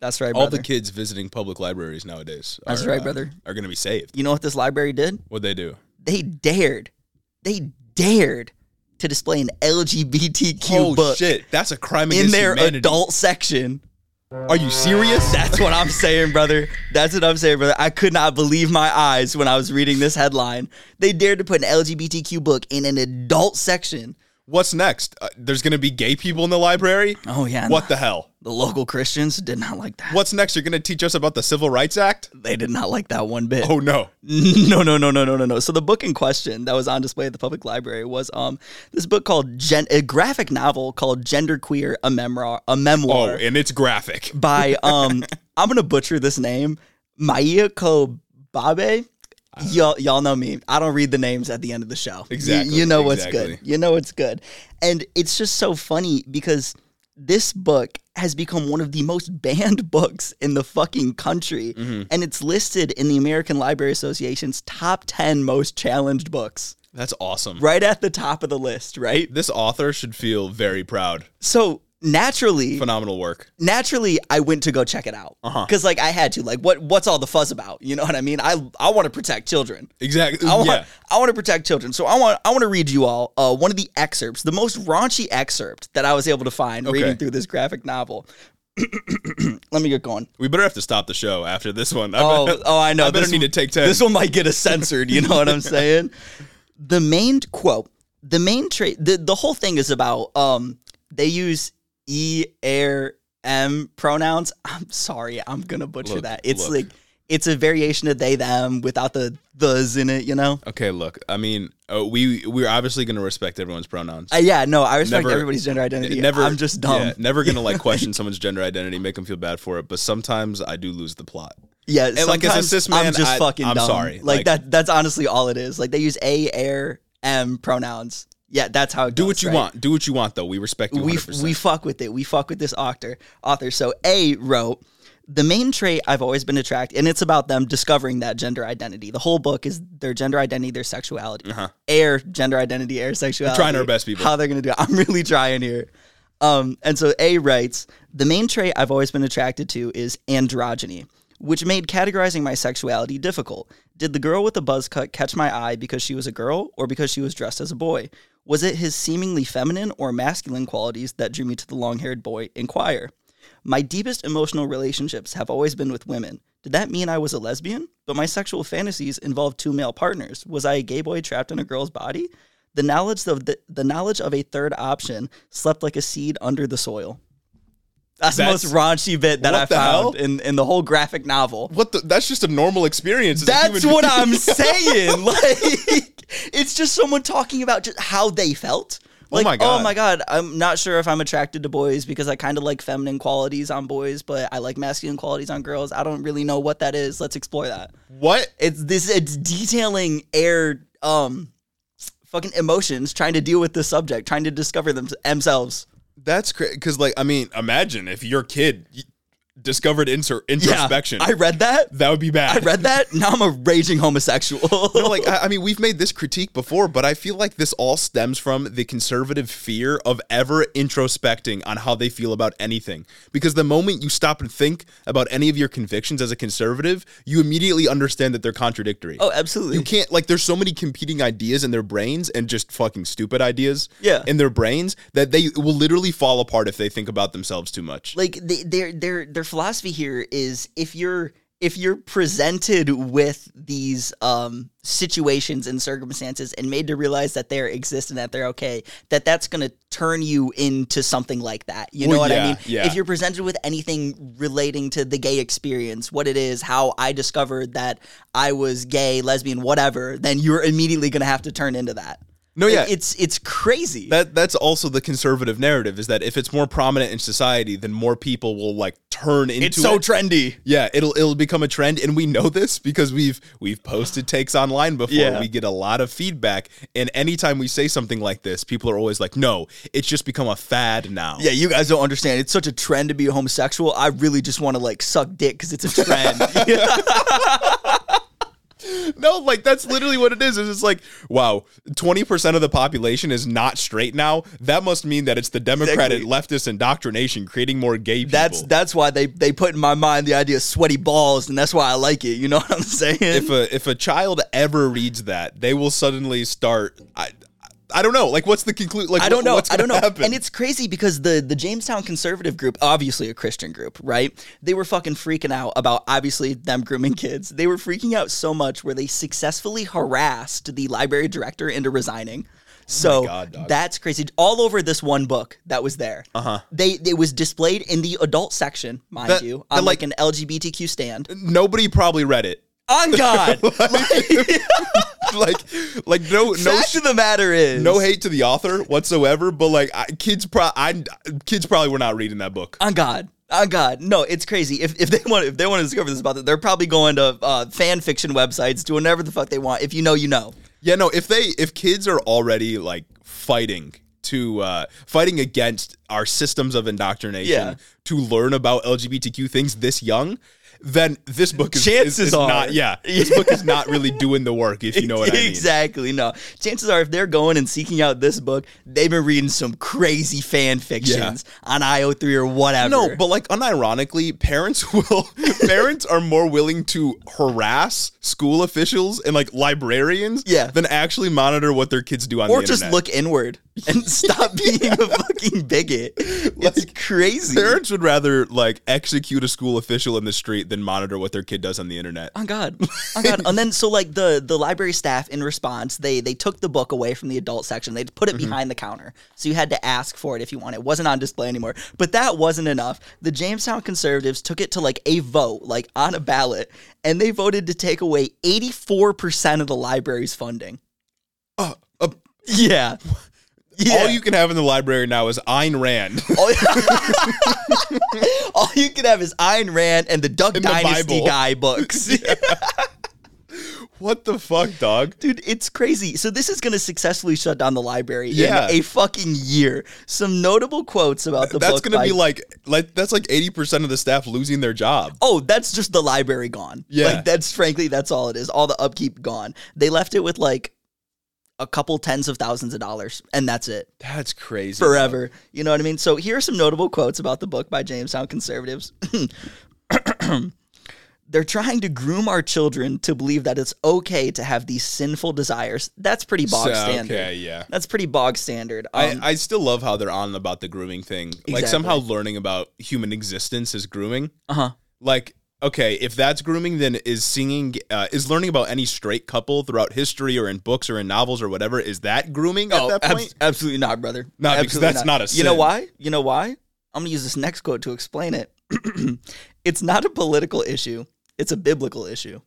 B: That's right,
A: Mm. All
B: brother.
A: the kids visiting public libraries nowadays.
B: That's
A: are,
B: right,
A: uh,
B: brother.
A: Are gonna be saved.
B: you know what this library did?
A: What they do?
B: They dared, they dared to display an LGBTQ
A: oh
B: book
A: shit! That's a crime against
B: in their
A: humanity.
B: adult section.
A: Are you serious?
B: That's what I'm saying, brother. That's what I'm saying, brother. I could not believe my eyes when I was reading this headline. They dared to put an LGBTQ book in an adult section.
A: What's next? Uh, there's gonna be gay people in the library.
B: Oh yeah, and
A: What the hell?
B: The local Christians did not like that.
A: What's next? You're gonna teach us about the Civil Rights Act?
B: They did not like that one bit.
A: Oh no.
B: No, no, no, no, no, no, no. So the book in question that was on display at the public library was um this book called Gen- a graphic novel called Genderqueer: A Memoir, a
A: Oh,
B: memoir
A: and it's graphic.
B: by um I'm gonna butcher this name Mayako Babe. Y'all, y'all know me. I don't read the names at the end of the show. You-
A: Exactly,
B: You, know what's
A: exactly.
B: good. You know what's good. And it's just so funny because this book has become one of the most banned books in the fucking country.
A: Mm-hmm.
B: And it's listed in the American Library Association's top 10 most challenged books,
A: That's awesome.
B: right at the top of the list, right?
A: This author should feel very proud.
B: So naturally,
A: Phenomenal work.
B: naturally I went to go check it out
A: Uh-huh.
B: because like I had to like what what's all the fuss about you know what I mean I I want to protect children
A: Exactly.
B: I want
A: yeah.
B: I want to protect children so I want I want to read you all uh, one of the excerpts the most raunchy excerpt that I was able to find
A: Okay.
B: reading through this graphic novel let me get going
A: We better have to stop the show after this one. I
B: oh
A: bet-
B: oh I know
A: I better
B: this
A: need to take 10.
B: this one might get us censored. You know what I'm saying? The main quote, the main trait, the, the whole thing is about um they use e air m pronouns. I'm sorry, I'm gonna butcher
A: Look,
B: that. It's
A: look.
B: like it's a variation of they them without the thes in it. You know?
A: okay, look. I mean, uh, we we're obviously going to respect everyone's pronouns.
B: Uh, yeah, no, I respect
A: Never-
B: everybody's gender identity.
A: never
B: I'm just dumb.
A: yeah, never going to like question someone's gender identity, make them feel bad for it, but sometimes I do lose the plot.
B: Yeah,
A: And, like, as a
B: sometimes
A: cis
B: I'm
A: man,
B: just
A: I-
B: fucking.
A: I'm
B: dumb.
A: sorry,
B: Like,
A: like-
B: that. That's honestly all it is. Like they use a, air, m pronouns. Yeah, that's how. It
A: Do
B: goes,
A: what you
B: right?
A: want. Do what you want though. We respect you
B: we
A: 100%.
B: we fuck with it. We fuck with this author. Author. So A wrote the main trait I've always been attracted, and it's about them discovering that gender identity. The whole book is their gender identity, their sexuality, air gender identity, air sexuality.
A: trying our best, people.
B: How they're gonna do it? I'm really trying here. Um, and so A writes the main trait I've always been attracted to is androgyny. Which made categorizing my sexuality difficult. Did the girl with the buzz cut catch my eye because she was a girl or because she was dressed as a boy? Was it his seemingly feminine or masculine qualities that drew me to the long haired boy in choir? My deepest emotional relationships have always been with women. Did that mean I was a lesbian? But my sexual fantasies involved two male partners. Was I a gay boy trapped in a girl's body? The knowledge of the, the knowledge of a third option slept like a seed under the soil. That's,
A: That's-
B: the most raunchy bit that
A: What
B: I
A: the hell?
B: found in, in the whole graphic novel.
A: what the, that's just a normal experience. as a
B: That's
A: human
B: what
A: being.
B: I'm saying. Like, it's just someone talking about just how they felt. Like,
A: my God.
B: oh my god, I'm not sure if I'm attracted to boys because I kind of like feminine qualities on boys, but I like masculine qualities on girls. I don't really know what that is. Let's explore that.
A: What?
B: It's this. It's detailing air um fucking emotions trying to deal with this subject, trying to discover them- themselves.
A: That's crazy. Because, like, I mean, imagine if your kid y- discovered inter- introspection.
B: I read that.
A: that would be bad.
B: I read that. Now I'm a raging homosexual.
A: No, like I, I mean, we've made this critique before, but I feel like this all stems from the conservative fear of ever introspecting on how they feel about anything. Because the moment you stop and think about any of your convictions as a conservative, you immediately understand that they're contradictory.
B: oh, absolutely.
A: You can't like there's so many competing ideas in their brains and just fucking stupid ideas
B: Yeah.
A: in their brains that they will literally fall apart if they think about themselves too much.
B: like they, their their their philosophy here is if you're if you're presented with these um, situations and circumstances and made to realize that they exist and that they're okay, that that's going to turn you into something like that. You know
A: Well,
B: what
A: yeah,
B: I mean?
A: yeah.
B: If you're presented with anything relating to the gay experience, what it is, how I discovered that I was gay, lesbian, whatever, then you're immediately going to have to turn into that.
A: No, yeah.
B: it's it's crazy.
A: That that's also the conservative narrative is that if it's more prominent in society, then more people will like turn into
B: it's so
A: it.
B: trendy.
A: yeah, it'll it'll become a trend, and we know this because we've we've posted takes online before.
B: Yeah.
A: We get a lot of feedback, and anytime we say something like this, people are always like, "No, it's just become a fad now."
B: Yeah, you guys don't understand. It's such a trend to be a homosexual. I really just want to like suck dick because it's a trend.
A: No, like that's literally what it is. It's just like, wow, twenty percent of the population is not straight now. That must mean that it's the Democratic
B: Exactly.
A: leftist indoctrination creating more gay people.
B: that's that's why they they put in my mind the idea of sweaty balls, and that's why I like it. You know what I'm saying?
A: if a if a child ever reads that, they will suddenly start. I I don't know. Like, what's the conclude? Like,
B: I don't
A: what-
B: know.
A: What's
B: I don't know.
A: gonna Happen?
B: And it's crazy because the the Jamestown conservative group, obviously a Christian group, right? They were fucking freaking out about obviously them grooming kids. They were freaking out so much where they successfully harassed the library director into resigning. So
A: Oh God, dog.
B: that's crazy. All over this one book that was there, uh-huh. they it was displayed in the adult section, mind
A: That-
B: you,
A: that,
B: on
A: like-
B: like, an LGBTQ stand.
A: nobody probably read it.
B: On God,
A: Like, like no no
B: fact of the matter is,
A: no hate to the author whatsoever, but like I, kids pro I kids probably were not reading that book.
B: on God. On God, no, it's crazy. If, if they want if they want to discover this about it, they're probably going to uh, fan fiction websites, doing whatever the fuck they want. If you know, you know.
A: Yeah, no, if they if kids are already like fighting to uh fighting against our systems of indoctrination
B: Yeah.
A: to learn about LGBTQ things this young, then this book is, is-
B: Chances
A: is
B: are.
A: not yeah. This book is not really doing the work, if you know what I mean.
B: exactly. No, chances are if they're going and seeking out this book, they've been reading some crazy fan fictions on IO3 or whatever.
A: No, but like unironically, parents will parents are more willing to harass school officials and like librarians
B: Yeah.
A: than actually monitor what their kids do on
B: or
A: the
B: just
A: internet.
B: look inward and stop being a fucking bigot. It's crazy.
A: Parents would rather like execute a school official in the street than monitor what their kid does on the internet.
B: on God, on God. And then so like the the library staff in response, they they took the book away from the adult section. They put it
A: Mm-hmm.
B: behind the counter, so you had to ask for it if you want. It wasn't on display anymore. But that wasn't enough. The Jamestown conservatives took it to like a vote, like on a ballot, and they voted to take away eighty four percent of the library's funding.
A: Uh, uh,
B: Yeah, yeah.
A: All you can have in the library now is Ayn Rand.
B: All, All you can have is Ayn Rand and the Duck
A: And the
B: Dynasty
A: Bible.
B: guy books.
A: what the fuck, dog?
B: Dude, it's crazy. So this is going to successfully shut down the library
A: Yeah.
B: in a fucking year. Some notable quotes about the
A: That's
B: book.
A: gonna
B: by-
A: be like like that's like eighty percent of the staff losing their job.
B: Oh, that's just the library gone.
A: Yeah.
B: Like that's frankly that's all it is. All the upkeep gone. They left it with like a couple tens of thousands of dollars and that's it.
A: That's crazy.
B: Forever. You know what I mean? So here are some notable quotes about the book by Jamestown conservatives. They're trying to groom our children to believe that it's okay to have these sinful desires. That's pretty
A: So,
B: bog standard.
A: okay, yeah.
B: That's pretty bog standard. Um,
A: I, I still love how they're on about the grooming thing. Like
B: Exactly.
A: somehow learning about human existence is grooming.
B: Uh-huh.
A: Like okay, if that's grooming, then is singing uh, is learning about any straight couple throughout history or in books or in novels or whatever is that grooming
B: Oh,
A: at that
B: abs-
A: point?
B: absolutely not, brother.
A: No, because
B: Absolutely
A: that's not a
B: You know
A: sin.
B: why? You know why? I'm gonna use this next quote to explain it. it's not a political issue. It's a biblical issue.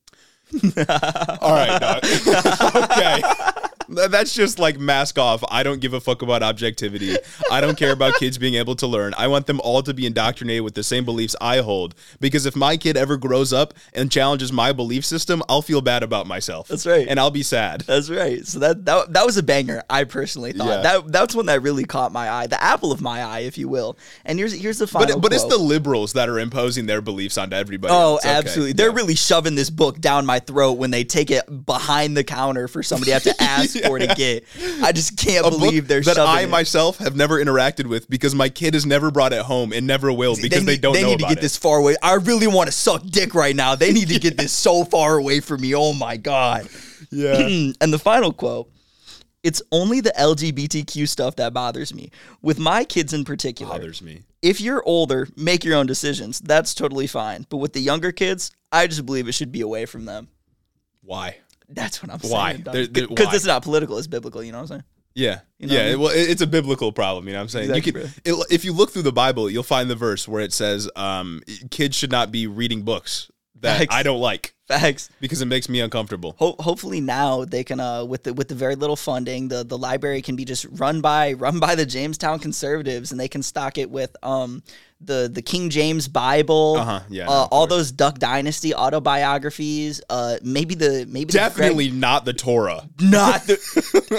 A: All right, dog. okay. Th- That's just like mask off. I don't give a fuck about objectivity. I don't care about kids being able to learn. I want them all to be indoctrinated with the same beliefs I hold. Because if my kid ever grows up and challenges my belief system, I'll feel bad about myself.
B: That's right.
A: And I'll be sad.
B: That's right. So that that, that was a banger. I personally thought
A: Yeah.
B: that that's one that really caught my eye, the apple of my eye, if you will. And here's here's the final.
A: But, but it's the
B: quote.
A: liberals that are imposing their beliefs onto everybody.
B: oh,
A: else. Okay.
B: absolutely. They're really shoving this book down my throat when they take it behind the counter for somebody to have to ask for to get. I just can't
A: A book
B: believe they're
A: that
B: shoving
A: I
B: it.
A: myself have never interacted with because my kid has never brought it home and never will because they,
B: need-
A: don't
B: They
A: know
B: need to
A: about
B: get
A: it.
B: this far away. I really want to suck dick right now. They need to get this so far away from me. Oh my god.
A: yeah.
B: and the final quote it's only the LGBTQ stuff that bothers me. With my kids in particular,
A: bothers me.
B: if you're older, make your own decisions. That's totally fine. But with the younger kids, I just believe it should be away from them.
A: Why?
B: That's what I'm
A: Why?
B: saying.
A: They're- they're-
B: Because
A: why?
B: it's not political, it's biblical. You know what I'm saying?
A: Yeah.
B: know what I
A: yeah.
B: mean?
A: Well, it- it's a biblical problem. You know what I'm saying?
B: Exactly,
A: You can, it, if you look through the Bible, you'll find the verse where it says, um, kids should not be reading books that
B: Facts.
A: I don't like
B: Facts.
A: because it makes me uncomfortable.
B: Ho- hopefully now they can, uh, with the with the very little funding, the the library can be just run by run by the Jamestown conservatives, and they can stock it with um the the King James Bible,
A: Uh-huh, yeah, no,
B: uh,
A: of
B: all those Duck Dynasty autobiographies, uh, maybe the maybe the Greg-
A: Definitely not the Torah.
B: not the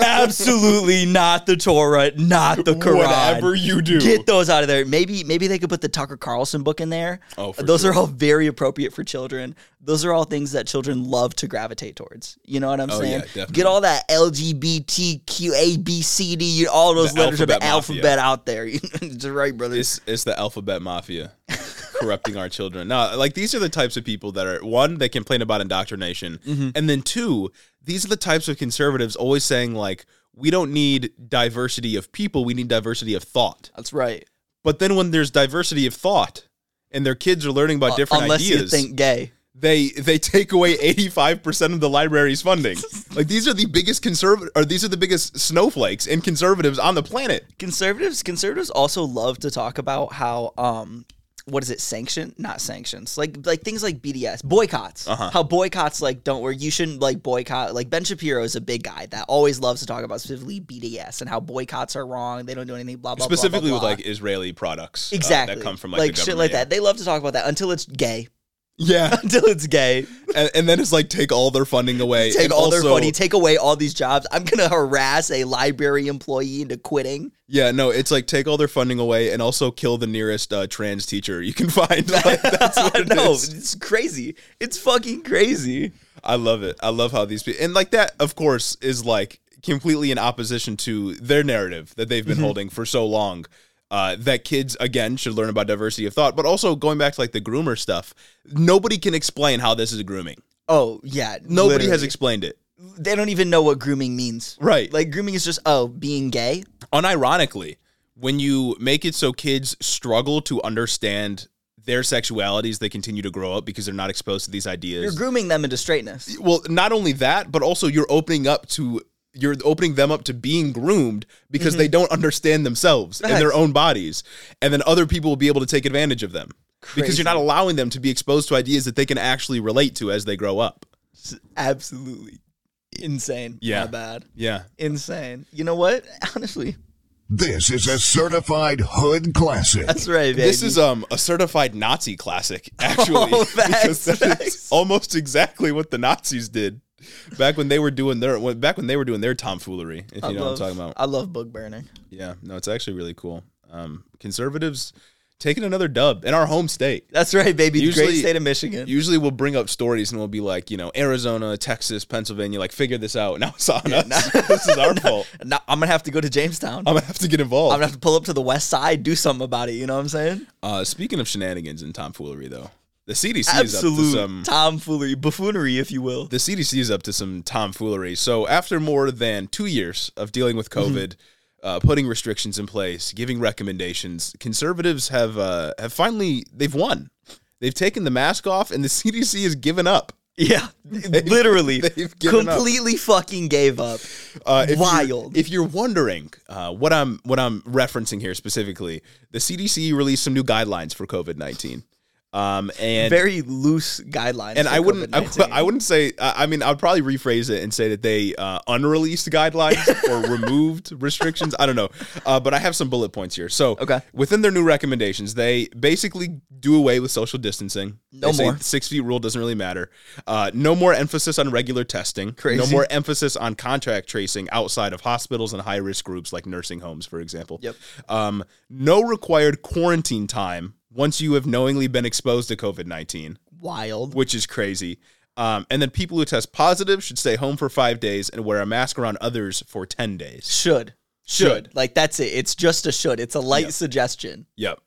B: absolutely not the Torah, not the Quran.
A: Whatever you do.
B: Get those out of there. Maybe maybe they could put the Tucker Carlson book in there.
A: Oh, for
B: those
A: sure.
B: are all very appropriate for children. Those are all things that children love to gravitate towards. You know what I'm
A: Oh, yeah,
B: saying?
A: definitely.
B: Get all that LGBTQABCD, all those
A: The
B: letters of the
A: alphabet mafia.
B: alphabet out there. That's right, brother.
A: It's it's the alphabet mafia corrupting our children. No, like these are the types of people that are one, they complain about indoctrination.
B: Mm-hmm.
A: And then two, these are the types of conservatives always saying like we don't need diversity of people, we need diversity of thought.
B: That's right.
A: But then when there's diversity of thought and their kids are learning about different
B: Uh, Unless
A: ideas,
B: you think gay.
A: they they take away 85% of the library's funding. like these are the biggest conservative or these are the biggest snowflakes and conservatives on the planet.
B: conservatives conservatives also love to talk about how um what is it sanction not sanctions like like things like bds boycotts
A: Uh-huh.
B: how boycotts like don't work you shouldn't like boycott like ben shapiro is a big guy that always loves to talk about specifically bds and how boycotts are wrong they don't do anything blah blah blah,
A: Specifically
B: blah,
A: with
B: blah.
A: like Israeli products uh,
B: exactly
A: that come from like, the
B: shit
A: government,
B: like
A: yeah.
B: that they love to talk about that until it's gay
A: Yeah,
B: until it's gay
A: and, and then it's like take all their funding away.
B: take
A: And
B: all their
A: also-
B: money take away all these jobs i'm gonna harass a library employee into quitting
A: Yeah, no, it's like take all their funding away and also kill the nearest uh, trans teacher you can find. Like, that's what it
B: no
A: is.
B: it's crazy it's fucking crazy
A: I love it. I love how these people and like that, of course, is like completely in opposition to their narrative that they've been holding for so long. Uh, that kids again should learn about diversity of thought, but also going back to like the groomer stuff. Nobody can explain how this is grooming.
B: Oh yeah,
A: Nobody has
B: literally.
A: explained it.
B: they don't even know what grooming means.
A: Right.
B: Like grooming is just oh being gay.
A: unironically, when you make it so kids struggle to understand their sexualities, they continue to grow up because they're not exposed to these
B: You're
A: ideas.
B: grooming them into straightness.
A: well, not only that, but also you're opening up to you're opening them up to being groomed because
B: Mm-hmm.
A: they don't understand themselves and their
B: Facts.
A: own bodies, and then other people will be able to take advantage of them because
B: Crazy.
A: you're not allowing them to be exposed to ideas that they can actually relate to as they grow up.
B: Absolutely insane.
A: Yeah.
B: My bad.
A: Yeah.
B: Insane. You know what? Honestly,
C: This is a certified hood classic.
B: that's right, baby.
A: This is um a certified Nazi classic, actually,
B: Oh, facts,
A: because that is
B: facts.
A: almost exactly what the Nazis did back when they were doing their when- back when they were doing their tomfoolery. If you know
B: love,
A: what I'm talking about,
B: I love book burning.
A: yeah, no, it's actually really cool. Um, conservatives taking another dub in our home state.
B: That's right, baby. The Great
A: Usually-
B: state of Michigan.
A: Usually, we'll bring up stories and we'll be like, you know, Arizona, Texas, Pennsylvania, like figure this out. Now it's on us. this is our fault.
B: Now, I'm gonna have to go to Jamestown.
A: I'm gonna have to get involved.
B: I'm gonna have to pull up to the west side, do something about it. You know what I'm saying?
A: uh, speaking of shenanigans and tomfoolery, though, the CDC is up to
B: Absolute
A: some
B: tomfoolery, buffoonery, if you will.
A: the CDC is up to some tomfoolery. So after more than two years of dealing with COVID, uh, putting restrictions in place, giving recommendations, conservatives have uh, have finally they've won. They've taken the mask off, and the CDC has given up.
B: Yeah, literally,
A: they've given up.
B: completely fucking gave up.
A: Uh, if
B: Wild.
A: You're, if you're wondering uh, what I'm what I'm referencing here specifically, the CDC released some new guidelines for COVID nineteen. Um, and
B: Very loose guidelines.
A: and
B: for
A: I wouldn't, I,
B: COVID-19.
A: I wouldn't say. I I mean, I'd probably rephrase it and say that they uh, unreleased guidelines or removed restrictions. I don't know, uh, but I have some bullet points here. So,
B: Okay.
A: within their new recommendations, they basically do away with social distancing.
B: No
A: They say
B: more.
A: the six feet rule doesn't really matter. Uh, no more emphasis on regular testing. No
B: Crazy.
A: more emphasis on contact tracing outside of hospitals and high risk groups like nursing homes, for example.
B: Yep.
A: Um, no required quarantine time once you have knowingly been exposed to COVID nineteen
B: Wild.
A: which is crazy. Um, and then people who test positive should stay home for five days and wear a mask around others for 10 days.
B: Should.
A: Should.
B: Like that's it. It's just a should. It's a light suggestion.
A: Yep.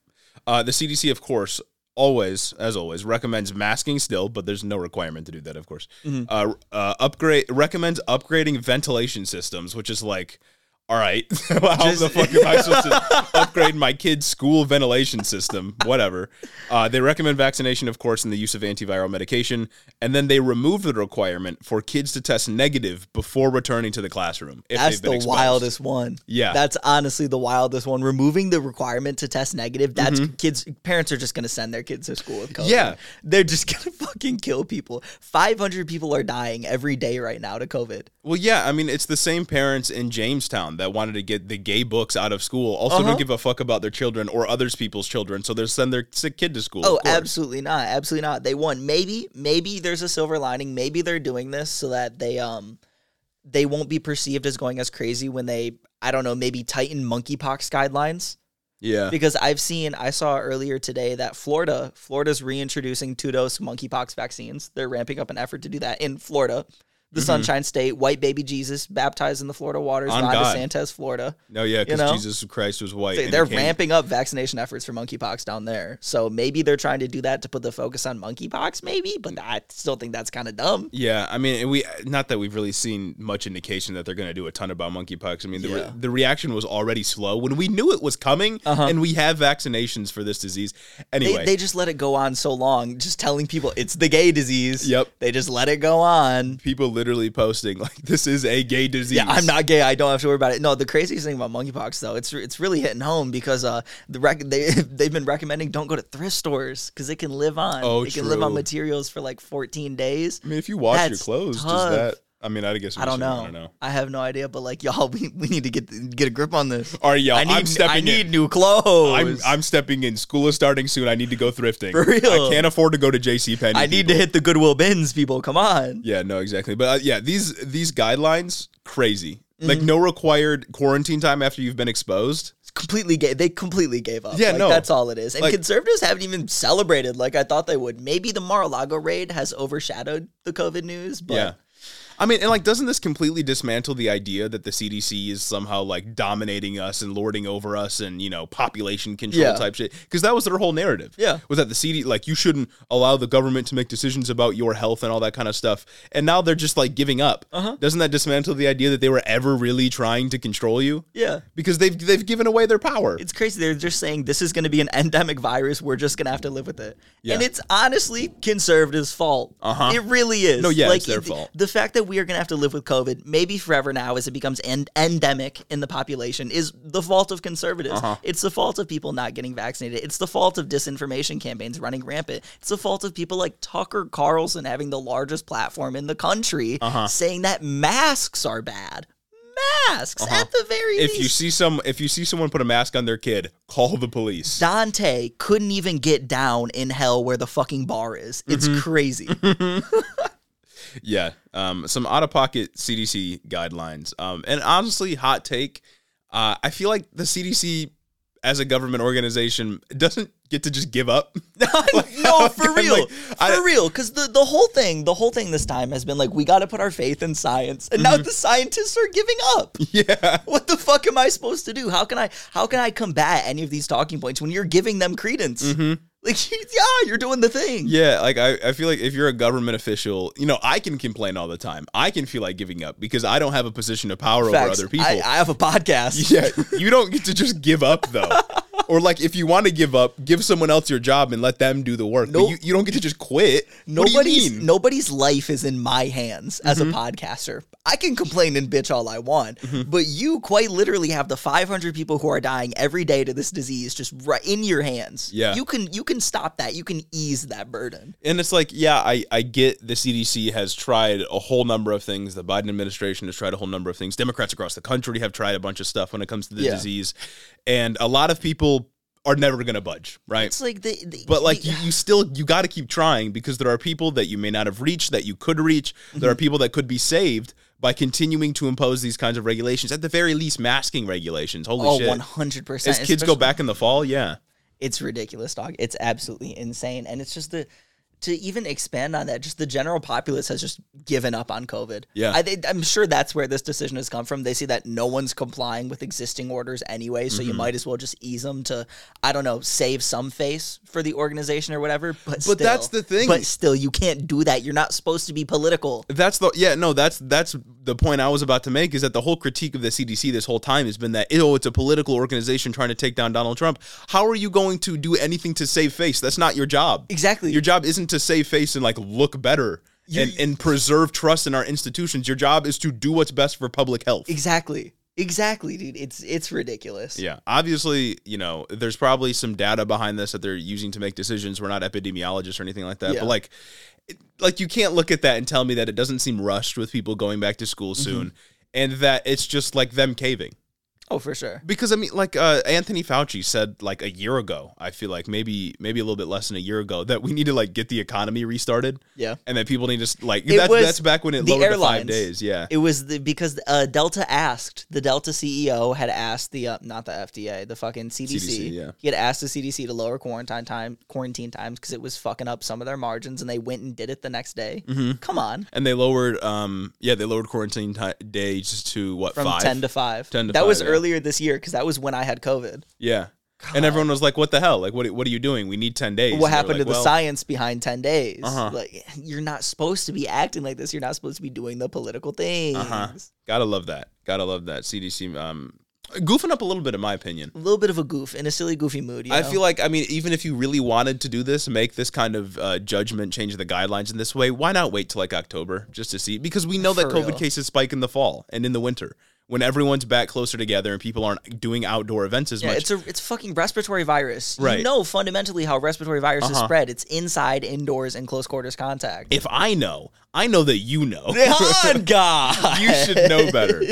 A: Uh, the CDC, of course, always, as always, recommends masking still, but there's no requirement to do that, of course.
B: Mm-hmm.
A: Uh, uh, upgrade recommends upgrading ventilation systems, which is like, all right, how the fuck am I supposed to upgrade my kid's school ventilation system? Whatever. Uh, they recommend vaccination, of course, and the use of antiviral medication, and then they remove the requirement for kids to test negative before returning to the classroom. If
B: That's
A: they've been
B: the
A: exposed.
B: wildest one.
A: Yeah.
B: That's honestly the wildest one. Removing the requirement to test negative, that's kids parents are just gonna send their kids to school with COVID.
A: Mm-hmm. Yeah.
B: They're just gonna fucking kill people. Five hundred people are dying every day right now to COVID.
A: Well, yeah, I mean, it's the same parents in Jamestown that wanted to get the gay books out of school. Also,
B: Uh-huh.
A: don't give a fuck about their children or others people's children, so they send their sick kid to school.
B: Oh,
A: of course.
B: absolutely not. Absolutely not. They won. Maybe, maybe there's a silver lining. Maybe they're doing this so that they um they won't be perceived as going as crazy when they I don't know, maybe tighten monkeypox guidelines.
A: yeah,
B: Because I've seen I saw earlier today that Florida Florida's reintroducing two dose monkeypox vaccines. They're ramping up an effort to do that in Florida. The Sunshine State, white baby Jesus, baptized in the Florida waters,
A: Mm-hmm. On
B: Ron
A: God.
B: DeSantis, Florida.
A: no, yeah, because
B: you know?
A: Jesus Christ was white.
B: They,
A: and
B: they're
A: he came-
B: ramping up vaccination efforts for monkeypox down there. So maybe they're trying to do that to put the focus on monkeypox, maybe, but I still think that's kind of dumb.
A: Yeah, I mean, and we not that we've really seen much indication that they're going to do a ton about monkeypox. I mean, the, re-
B: Yeah. Uh-huh.
A: the reaction was already slow when we knew it was coming, and we have vaccinations for this disease. Anyway,
B: They, they just let it go on so long, just telling people it's the gay disease.
A: Yep.
B: They just let it go on.
A: people literally posting like, "This is a gay disease."
B: Yeah, I'm not gay. I don't have to worry about it. No, the craziest thing about monkeypox though, it's it's really hitting home because uh the rec- they they've been recommending don't go to thrift stores because it can live on.
A: Oh,
B: it can live on
A: true.
B: materials for like 14 days.
A: I mean, if you wash your
B: That's
A: clothes,
B: tough.
A: does that? I mean, I guess
B: I
A: we should-
B: don't know.
A: I don't know.
B: I have no idea, but like y'all, we, we need to get get a grip on this.
A: All right, y'all,
B: I need,
A: Oh, I'm stepping
B: I
A: in.
B: need new clothes.
A: I'm, I'm stepping in. School is starting soon. I need to go thrifting.
B: For real.
A: I can't afford to go to JC Penney.
B: I need to hit the Goodwill bins, people. Come on.
A: Yeah, no, exactly. But uh, yeah, these these guidelines crazy. Like
B: Mm-hmm.
A: no required quarantine time after you've been exposed.
B: It's completely gave. They completely gave up.
A: Yeah,
B: Like,
A: no.
B: That's all it is. And
A: Like-
B: conservatives haven't even celebrated like I thought they would. Maybe the Mar-a-Lago raid has overshadowed the COVID news, but
A: yeah. I mean, and like, doesn't this completely dismantle the idea that the CDC is somehow like dominating us and lording over us and, you know, population control
B: Yeah.
A: type shit? Because that was their whole narrative.
B: Yeah.
A: Was that the CD, like, you shouldn't allow the government to make decisions about your health and all that kind of stuff. And now they're just like giving up. Uh-huh. Doesn't that dismantle the idea that they were ever really trying to control you?
B: yeah.
A: Because they've, they've given away their power.
B: It's crazy. They're just saying this is going to be an endemic virus. We're just going to have to live with it.
A: Yeah.
B: And it's honestly conservatives' fault.
A: Uh-huh.
B: It really is.
A: No, yeah, it's their
B: it-
A: fault.
B: The fact that we are going to have to live with COVID, maybe forever now, as it becomes en- endemic in the population, is the fault of conservatives.
A: Uh-huh.
B: It's the fault of people not getting vaccinated. It's the fault of disinformation campaigns running rampant. It's the fault of people like Tucker Carlson having the largest platform in the country
A: Uh-huh.
B: saying that masks are bad. Masks, at the very
A: Uh-huh. if
B: least.
A: you see some, if you see someone put a mask on their kid, call the police.
B: Dante couldn't even get down in hell where the fucking bar is. It's
A: Mm-hmm.
B: crazy.
A: Yeah. Um, some out of pocket CDC guidelines. Um, and honestly, hot take. Uh, I feel like the CDC as a government organization doesn't get to just give up.
B: no, for
A: I'm
B: real.
A: like, I-
B: for real. Because the, the whole thing, the whole thing this time has been like, we got to put our faith in science. And
A: Mm-hmm.
B: now the scientists are giving up.
A: yeah.
B: What the fuck am I supposed to do? How can I how can I combat any of these talking points when you're giving them credence? Like, yeah, you're doing the thing.
A: Mm-hmm. Yeah, like I, I feel like if you're a government official, you know, I can complain all the time. I can feel like giving up because I don't have a position of power
B: Facts.
A: over other people.
B: I, I have a podcast.
A: yeah. You don't get to just give up though. Or like if you want to give up, give someone else your job and let them do the work. But
B: Nope.
A: you, you don't get to just quit. What do you
B: Nobody's
A: mean? Mm-hmm.
B: nobody's life is in my hands as a podcaster. I can complain and bitch all I want, but you quite literally have the 500 people who are dying every day to this disease just right in your hands.
A: Yeah.
B: you can you can stop that. You can ease that burden.
A: And it's like, yeah, I, I get the CDC has tried a whole number of things. The Biden administration has tried a whole number of things. Democrats across the country have tried a bunch of stuff when it comes to the
B: Yeah.
A: disease. And a lot of people are never going to budge, right?
B: It's like the, the
A: but like
B: the-
A: you, you still you got to keep trying because there are people that you may not have reached that you could reach there
B: Mm-hmm.
A: are people that could be saved by continuing to impose these kinds of regulations at the very least masking regulations holy
B: oh
A: shit
B: 100 percent.
A: as kids go back in the fall yeah
B: it's ridiculous, dog. It's absolutely insane, and it's just the to even expand on that. Just the general populace has just given up on COVID.
A: Yeah.
B: I, think- I'm sure that's where this decision has come from. They see that no one's complying with existing orders anyway, so
A: Mm-hmm.
B: you might as well just ease them to, I don't know, save some face for the organization or whatever. But still,
A: that's the thing.
B: But still, you can't do that. You're not supposed to be political.
A: that's the yeah no that's that's the point i was about to make is that the whole critique of the cdc this whole time has been that oh it's a political organization trying to take down donald trump how are you going to do anything to save face that's not your job
B: Exactly.
A: Your job isn't to save face and like look better and, and preserve trust in our institutions. Your job is to do what's best for public health.
B: exactly. Exactly, dude. It's it's ridiculous.
A: Yeah. Obviously, you know, there's probably some data behind this that they're using to make decisions. We're not epidemiologists or anything like that.
B: Yeah.
A: But like it- like you can't look at that and tell me that it doesn't seem rushed with people going back to school
B: Mm-hmm.
A: soon and that it's just like them caving.
B: Oh, for sure.
A: Because I mean, like uh, Anthony Fauci said, like a year ago, I feel like maybe maybe a little bit less than a year ago, that we need to like get the economy restarted.
B: Yeah.
A: and that people need to s- like
B: It
A: that's
B: was
A: that's back when it
B: the
A: lowered to five
B: airlines.
A: days. Yeah,
B: It was the, because uh, Delta asked the Delta CEO had asked the uh, not the FDA the fucking CDC,
A: CDC, yeah.
B: he had asked the CDC to lower quarantine time quarantine times because it was fucking up some of their margins and they went and did it the next day.
A: Mm-hmm.
B: Come on,
A: and they lowered um yeah they lowered quarantine ti days to what
B: from
A: five
B: ten to five.
A: 10 to
B: that
A: five,
B: was
A: yeah.
B: earlier this year because that was when I had COVID.
A: yeah. And everyone was like, "What the hell? Like, what what are you doing? We need ten days."
B: What happened to the
A: side?
B: science behind ten days?
A: Uh-huh.
B: Like you're not supposed to be acting like this. You're not supposed to be doing the political things.
A: Uh-huh. Gotta love that. Gotta love that. CDC um goofing up a little bit, in my opinion.
B: A little bit of a goof in a silly goofy mood. You
A: I
B: know?
A: feel like I mean, even if you really wanted to do this, make this kind of uh, judgment, change the guidelines in this way, why not wait till like October just to see? Because we know that
B: For
A: COVID
B: real.
A: cases spike in the fall and in the winter when everyone's back closer together and people aren't doing outdoor events as
B: Yeah,
A: much.
B: it's a it's fucking respiratory virus.
A: Right. Uh-huh.
B: You know fundamentally how respiratory viruses spread. It's inside, indoors, and close quarters contact.
A: if I know, I know that you know.
B: God, God.
A: you should know better.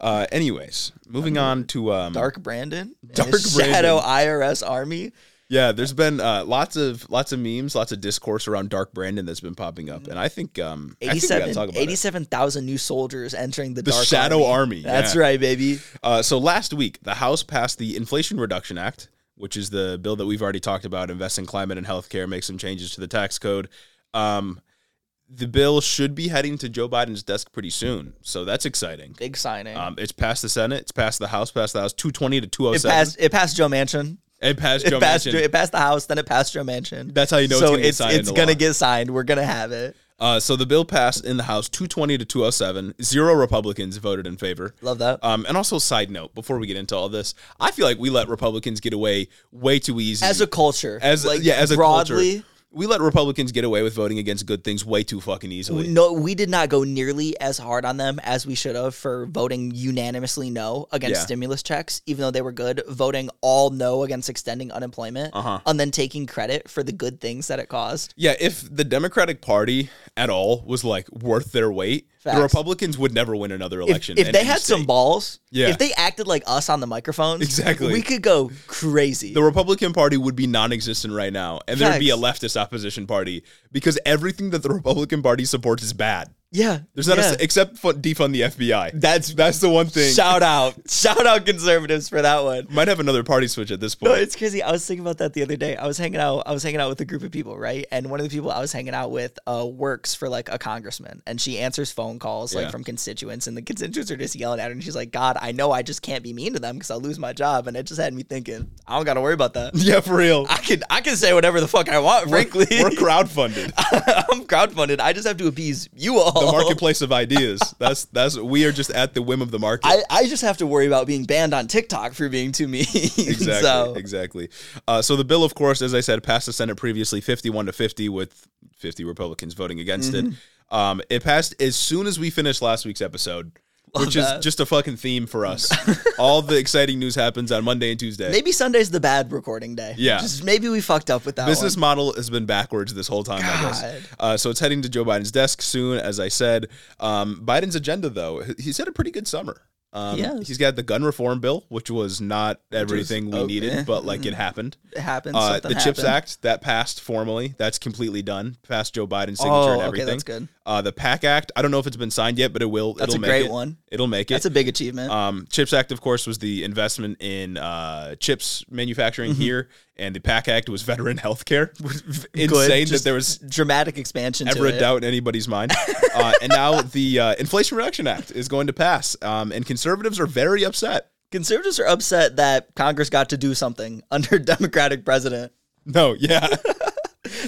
A: Uh, anyways, moving on to um,
B: Dark Brandon, and
A: Dark
B: his
A: Brandon.
B: Shadow IRS Army.
A: Yeah, there's been uh, lots of lots of memes, lots of discourse around Dark Brandon that's been popping up, and I think um, I think we gotta
B: 87
A: talk about it.
B: 87,000 new soldiers entering the,
A: The
B: Dark
A: Shadow Army,
B: That's
A: yeah.
B: right, baby.
A: Uh, so last week, the House passed the Inflation Reduction Act, which is the bill that we've already talked about, invest in climate and healthcare, make some changes to the tax code. Um, the bill should be heading to Joe Biden's desk pretty soon, so that's exciting.
B: Big signing.
A: Um, it's passed the Senate, it's passed the House, passed the House, two twenty to two hundred
B: it
A: seven.
B: passed it passed Joe Manchin.
A: It passed
B: It
A: Joe
B: passed
A: Manchin.
B: it passed the House, then it passed Joe Manchin.
A: That's how you know it's
B: so
A: gonna get
B: it's
A: signed
B: it's
A: into
B: gonna
A: law.
B: get signed. We're gonna have it.
A: Uh, so the bill passed in the House 220 to 207. Zero Republicans voted in favor.
B: Love that.
A: Um, and also, side note, before we get into all this, I feel like we let Republicans get away way too easy.
B: as a culture.
A: as
B: like,
A: yeah, as a
B: broadly.
A: culture, we let Republicans get away with voting against good things way too fucking easily.
B: No, we did not go nearly as hard on them as we should have for voting unanimously no against
A: Yeah.
B: stimulus checks, even though they were good, voting all no against extending unemployment,
A: Uh-huh.
B: and then taking credit for the good things that it caused.
A: Yeah, if the Democratic Party at all was like worth their weight,
B: Facts.
A: the Republicans would never win another
B: If,
A: election.
B: if
A: in
B: they
A: any
B: had some
A: state.
B: balls,
A: Yeah.
B: if they acted like us on the microphones,
A: Exactly.
B: we could go crazy.
A: the Republican Party would be non-existent right now, and there'd be a
B: Facts.
A: leftist opposition party because everything that the Republican Party supports is bad.
B: yeah,
A: There's not
B: yeah.
A: a, except fu- defund the FBI. That's that's the one thing.
B: shout out, shout out conservatives for that one.
A: Might have another party switch at this
B: No,
A: point.
B: it's crazy. I was thinking about that the other day. I was hanging out. I was hanging out with a group of people, right? And one of the people I was hanging out with uh, works for like a congressman, and she answers phone calls like
A: Yeah.
B: from constituents, and the constituents are just yelling at her, and she's like, "God, I know I just can't be mean to them because I'll lose my job." And it just had me thinking, I don't got to worry about that.
A: yeah, for real.
B: I can I can say whatever the fuck I want. Frankly,
A: We're crowdfunded.
B: I'm crowdfunded. I just have to appease you all.
A: the marketplace of ideas. That's that's we are just at the whim of the market.
B: I, I just have to worry about being banned on TikTok for being too mean.
A: exactly,
B: So,
A: exactly. Uh, so the bill, of course, as I said, passed the Senate previously, fifty-one to fifty, with fifty Republicans voting against
B: Mm-hmm.
A: it. Um, it passed as soon as we finished last week's episode, which is
B: that.
A: just a fucking theme for us. All the exciting news happens on Monday and Tuesday.
B: maybe Sunday's the bad recording day.
A: Yeah.
B: Just maybe we fucked up with that
A: business
B: one.
A: model has been backwards this whole time, I
B: God.
A: guess. Uh, so it's heading to Joe Biden's desk soon, as I said. Um, Biden's agenda, though, he- he's had a pretty good summer. Um,
B: He has.
A: He's got the gun reform bill, which was not everything we
B: oh,
A: needed,
B: eh.
A: but like it happened.
B: It happens.
A: Uh, the
B: something
A: Chips
B: happened.
A: Act that passed formally, that's completely done. Passed Joe Biden's signature
B: Oh,
A: and
B: okay,
A: everything.
B: that's good.
A: Uh, the PAC Act, I don't know if it's been signed yet, but it will.
B: That's
A: it'll
B: a
A: make
B: great
A: it.
B: one.
A: It'll make it.
B: That's a big achievement.
A: Um, Chips Act, of course, was the investment in uh, chips manufacturing
B: Mm-hmm.
A: here, and the PAC Act was veteran health care. Insane
B: Good,
A: that
B: just
A: there was
B: dramatic expansion.
A: ever
B: to
A: a
B: it.
A: doubt in anybody's mind. uh, and now the uh, Inflation Reduction Act is going to pass, um, and conservatives are very upset.
B: Conservatives are upset that Congress got to do something under a Democratic president.
A: No, yeah,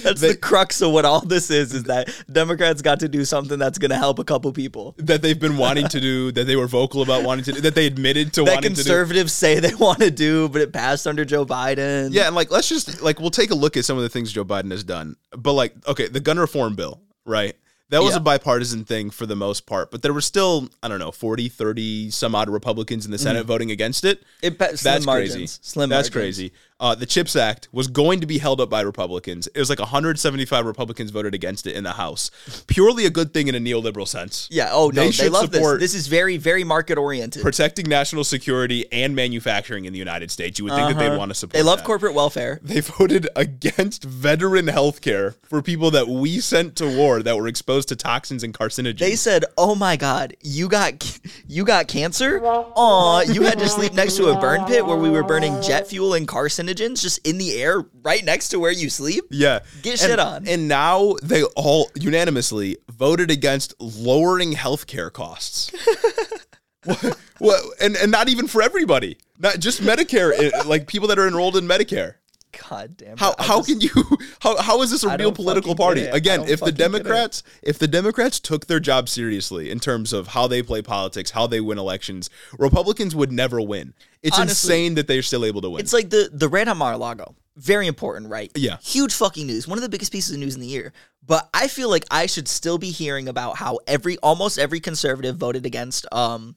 B: That's the crux of what all this is: is that Democrats got to do something that's going to help a couple people.
A: that they've been wanting to do, that they were vocal about wanting to do, that they admitted to
B: That
A: wanting to do.
B: conservatives say they want to do, but it passed under Joe Biden.
A: Yeah, and like let's just like we'll take a look at some of the things Joe Biden has done. But like, okay, the gun reform bill, right? That was
B: Yeah.
A: a bipartisan thing for the most part, but there were still, I don't know, 40, 30 some odd Republicans in the Senate voting against it.
B: Mm-hmm. it passed.
A: That's
B: slim
A: crazy.
B: margins. Slim.
A: That's
B: margins.
A: crazy. Uh, the CHIPS Act was going to be held up by Republicans. It was like 175 Republicans voted against it in the House. Purely a good thing in a neoliberal sense.
B: Yeah. Oh no,
A: They
B: they,
A: should
B: love
A: support-
B: this. This is very, very market oriented.
A: Protecting national security and manufacturing in the United States, you would think that they'd want to support.
B: Uh-huh. They love
A: that.
B: corporate welfare.
A: they voted against veteran health care for people that we sent to war that were exposed to toxins and carcinogens.
B: They said, "Oh my God, you got you got cancer. Aw, you had to sleep next to a burn pit where we were burning jet fuel and carcinogens just in the air right next to where you sleep."
A: yeah.
B: Get
A: And-
B: shit on.
A: And now they all unanimously voted against lowering health care costs. what, what, and, and not even for everybody, not just Medicare, eh, like people that are enrolled in Medicare.
B: God damn. it.
A: How,
B: I
A: how
B: just-
A: can you how, how is this a
B: I
A: real
B: don't
A: political
B: fucking get
A: party
B: it. I
A: again
B: don't
A: if the
B: fucking get it.
A: democrats if the democrats took their job seriously in terms of how they play politics how they win elections republicans would never win it's
B: Honestly,
A: insane that they're still able to win
B: It's like the the raid on Mar-a-Lago. Very important, right?
A: Yeah.
B: Huge fucking news. One of the biggest pieces of news in the year. But I feel like I should still be hearing about how every almost every conservative voted against um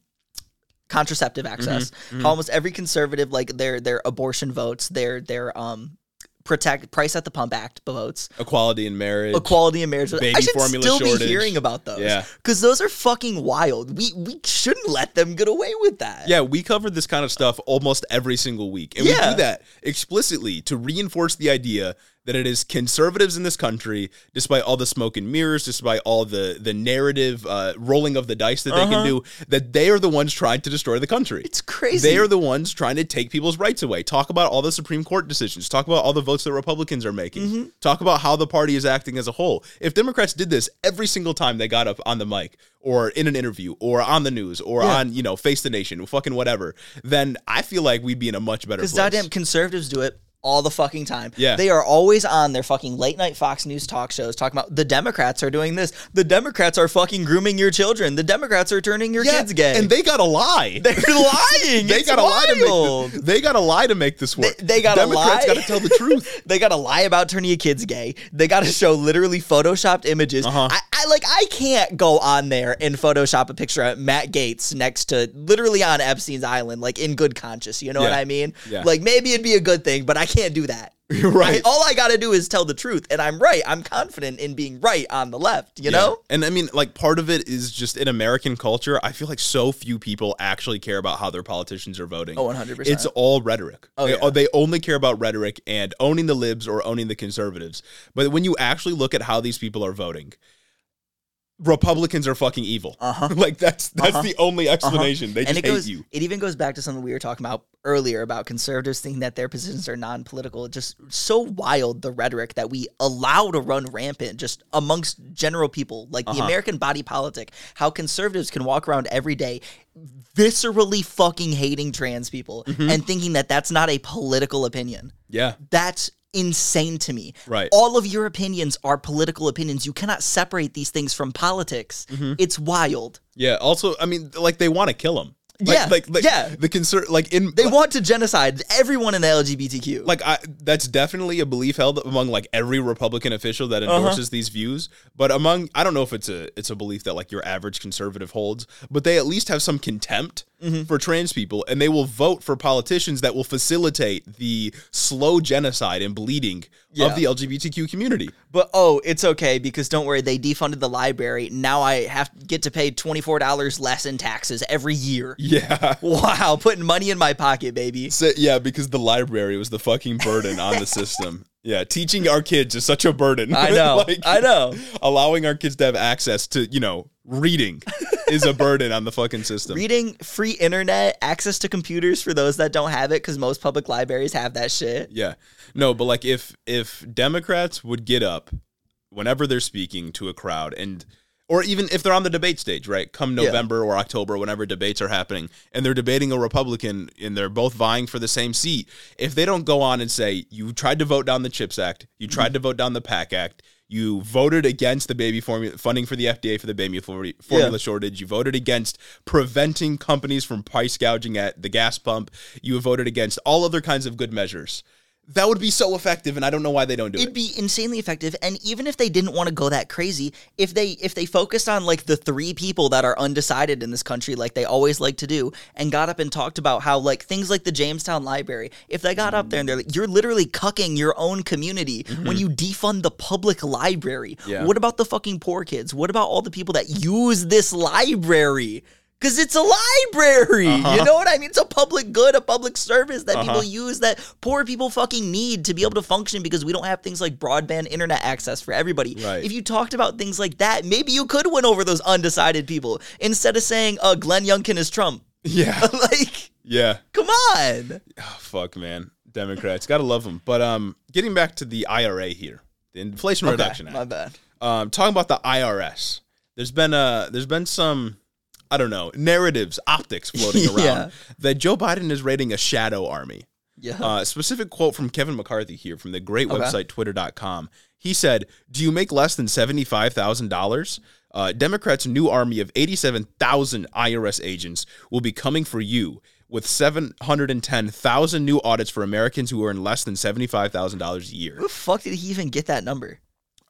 B: contraceptive
A: Mm-hmm.
B: access. How almost every conservative like their their abortion votes, their their um protect price at the pump act votes.
A: equality in marriage
B: Equality in marriage.
A: Baby
B: I should
A: formula
B: still be
A: shortage.
B: hearing about those.
A: Yeah.
B: Because those are fucking wild. We we shouldn't let them get away with that.
A: yeah we cover this kind of stuff almost every single week and we
B: Yeah.
A: do that explicitly to reinforce the idea that it is conservatives in this country despite all the smoke and mirrors despite all the the narrative uh, rolling of the dice that they can do that they are the ones trying to destroy the country
B: Uh-huh. It's crazy.
A: They are the ones trying to take people's rights away. Talk about all the Supreme Court decisions. Talk about all the votes that Republicans are making.
B: Mm-hmm.
A: Talk about how the party is acting as a whole. If Democrats did this every single time they got up on the mic or in an interview or on the news or on, you know, Face the Nation, fucking whatever, then I feel like we'd be in a much better place.
B: Because goddamn conservatives do it all the fucking time.
A: Yeah.
B: They are always on their fucking late night Fox News talk shows talking about the Democrats are doing this. The Democrats are fucking grooming your children. The Democrats are turning your
A: Yeah,
B: kids gay.
A: And they got a lie.
B: are lying.
A: They
B: It's
A: got a lie to
B: wild.
A: make this, They got a lie to make this work.
B: They- they gotta
A: Democrats
B: lie.
A: got to tell the truth.
B: They gotta lie about turning your kids gay. They gotta show literally photoshopped images.
A: Uh-huh.
B: I, I like I can't go on there and photoshop a picture of Matt Gates next to literally on Epstein's island, like in good conscience. You know what
A: Yeah.
B: I mean?
A: Yeah.
B: Like maybe it'd be a good thing, but I can't do that.
A: right.
B: I- all I gotta do is tell the truth, and I'm right. I'm confident in being right on the left. You
A: Yeah.
B: know?
A: And I mean, like, part of it is just in American culture, I feel like so few people actually care about how their politicians are voting.
B: Oh, 100%. Oh,
A: It's all rhetoric. they,
B: yeah.
A: they only care about rhetoric and owning the libs or owning the conservatives. But when you actually look at how these people are voting, Republicans are fucking evil.
B: Uh-huh.
A: like that's that's the only explanation. They just
B: and it
A: hate
B: goes.
A: you.
B: It even goes back to something we were talking about earlier about conservatives thinking that their positions are non-political. It's Just so wild the rhetoric that we allow to run rampant just amongst general people, like
A: Uh-huh.
B: the American body politic. How conservatives can walk around every day viscerally
A: Mm-hmm.
B: fucking hating trans people and thinking that that's not a political opinion.
A: Yeah.
B: That's insane to me.
A: Right.
B: All of your opinions are political opinions. You cannot separate these things from politics.
A: Mm-hmm.
B: It's wild.
A: Yeah. Also, I mean, like they want to kill him. Like,
B: Yeah,
A: Like, like
B: yeah.
A: The concern, like in
B: They want to genocide everyone in the LGBTQ.
A: like I, that's definitely a belief held among like every Republican official that
B: Uh-huh.
A: endorses these views. But among I don't know if it's a it's a belief that like your average conservative holds, but they at least have some contempt
B: Mm-hmm.
A: for trans people, and they will vote for politicians that will facilitate the slow genocide and bleeding
B: Yeah.
A: of the LGBTQ community.
B: But oh, it's okay because don't worry, they defunded the library. Now I have get to pay twenty four dollars less in taxes every year.
A: Yeah.
B: Wow, putting money in my pocket, baby.
A: So, yeah, because the library was the fucking burden on the system. Yeah, teaching our kids is such a burden.
B: I know,
A: Like,
B: I know.
A: Allowing our kids to have access to, you know, reading is a burden on the fucking system.
B: Reading, free internet, access to computers for those that don't have it, because most public libraries have that shit.
A: yeah. No, but like if if Democrats would get up whenever they're speaking to a crowd and or even if they're on the debate stage, right? Come
B: Yeah.
A: November or October, whenever debates are happening, and they're debating a Republican and they're both vying for the same seat. If they don't go on and say, You tried to vote down the CHIPS Act, you tried to vote down the PAC Act, you voted against the baby formula funding for the FDA for the baby for- formula shortage, you voted against preventing companies from price gouging at the gas pump, you voted against all other kinds of good measures. That would be so effective, and I don't know why they don't do
B: It'd
A: it.
B: be insanely effective, and even if they didn't want to go that crazy, if they if they focused on like the three people that are undecided in this country, like they always like to do, and got up and talked about how like things like the Jamestown Library, if they got up there and they're like, you're literally cucking your own community when you defund the public library.
A: Mm-hmm. Yeah.
B: What about the fucking poor kids? What about all the people that use this library? Because it's a library.
A: Uh-huh.
B: You know what I mean? It's a public good, a public service that people use that poor people fucking need to be able to function because we don't have things like broadband internet access for everybody.
A: Right.
B: If you talked about things like that, maybe you could win over those undecided people instead of saying, uh, Glenn Youngkin is Trump.
A: Yeah.
B: like,
A: Yeah.
B: come on.
A: Oh, fuck, man. Democrats. Gotta love them. But um, getting back to the IRA here, the Inflation Reduction
B: My
A: Act.
B: bad.
A: Um, talking about the IRS. There's been uh there's been some, I don't know, narratives, optics floating around
B: Yeah.
A: that Joe Biden is raiding a shadow army.
B: Yeah.
A: Uh, specific quote from Kevin McCarthy here from the great website twitter.com. He said, Do you make less than $75,000? Uh, Democrats' new army of 87,000 IRS agents will be coming for you with 710,000 new audits for Americans who earn less than $75,000 a year.
B: Where the fuck did he even get that number?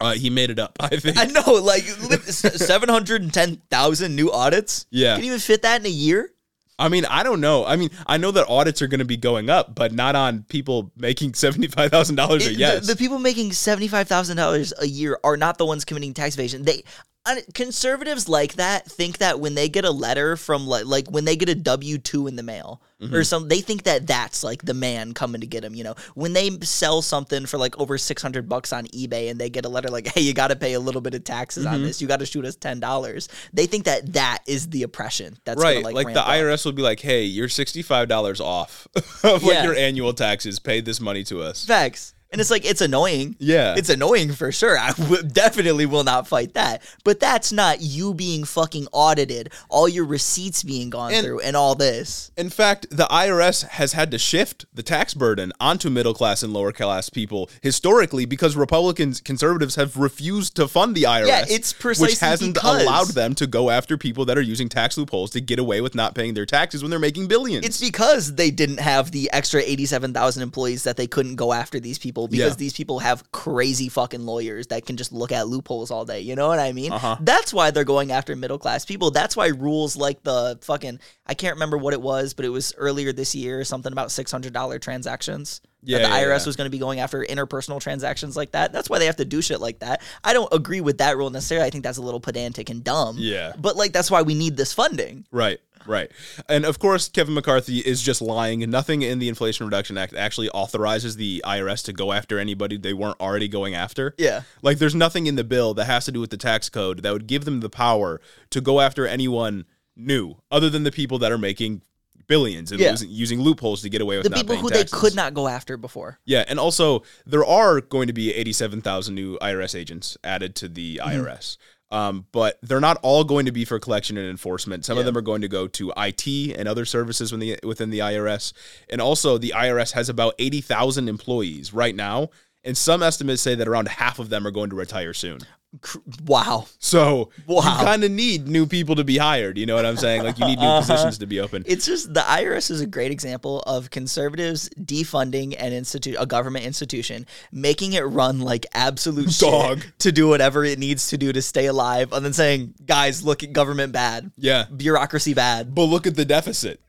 A: Uh, he made it up, I think.
B: I know, like seven hundred and ten thousand new audits.
A: Yeah.
B: can you even fit that in a year?
A: I mean, I don't know. I mean, I know that audits are going to be going up, but not on people making $75,000 a
B: It-
A: year.
B: the, the people making seventy five thousand dollars a year are not the ones committing tax evasion. They un- conservatives like that think that when they get a letter from like like when they get a W two in the mail
A: Mm-hmm.
B: or some, they think that that's like the man coming to get them. You know, when they sell something for like over six hundred bucks on eBay and they get a letter like, "Hey, you got to pay a little bit of taxes
A: Mm-hmm.
B: on this. You got to shoot us ten dollars." They think that that is the oppression. That's gonna,
A: right like,
B: ramp
A: the
B: up.
A: irs will be like hey you're $65 off of
B: Yeah.
A: like your annual taxes pay this money to us
B: Facts. And it's like it's annoying.
A: yeah
B: It's annoying for sure. I w- definitely will not fight that. But that's not you being fucking audited, all your receipts being gone
A: And-
B: through, and all this.
A: in fact the irs has had to shift the tax burden onto middle class and lower class people historically because republicans conservatives have refused to fund the irs
B: Yeah, it's precisely
A: which hasn't
B: because-
A: allowed them to go after people that are using tax loopholes to get away with not paying their taxes when they're making billions
B: It's because they didn't have the extra 87,000 employees that they couldn't go after these people because
A: Yeah.
B: these people have crazy fucking lawyers that can just look at loopholes all day. You know what I mean?
A: Uh-huh.
B: That's why they're going after middle class people. That's why rules like the fucking, I can't remember what it was, but it was earlier this year, something about $600 transactions.
A: Yeah,
B: that the
A: yeah,
B: IRS
A: yeah.
B: was going to be going after interpersonal transactions like that. That's why they have to do shit like that. I don't agree with that rule necessarily. I think that's a little pedantic and dumb.
A: Yeah.
B: But like that's why we need this funding.
A: Right, right. And of course, Kevin McCarthy is just lying. Nothing in the Inflation Reduction Act actually authorizes the IRS to go after anybody they weren't already going after.
B: Yeah.
A: Like, there's nothing in the bill that has to do with the tax code that would give them the power to go after anyone new other than the people that are making billions and
B: Yeah.
A: losing, using loopholes to get away with
B: The
A: not
B: people
A: paying
B: who
A: taxes.
B: they could not go after before.
A: Yeah, and also there are going to be 87,000 new IRS agents added to the
B: Mm-hmm.
A: IRS. Um, but they're not all going to be for collection and enforcement. Some of
B: Yeah.
A: them are going to go to IT and other services within the, within the IRS. And also, the IRS has about 80,000 employees right now, And some estimates say that around half of them are going to retire soon.
B: Cr- Wow.
A: So
B: Wow.
A: you kind of need new people to be hired. You know what I'm saying? Like you need new positions to be open.
B: It's just the IRS is a great example of conservatives defunding an institute, a government institution, making it run like absolute shit
A: Dog.
B: to do whatever it needs to do to stay alive, and then saying, "Guys, look at government bad,
A: Yeah.
B: bureaucracy bad."
A: But look at the deficit.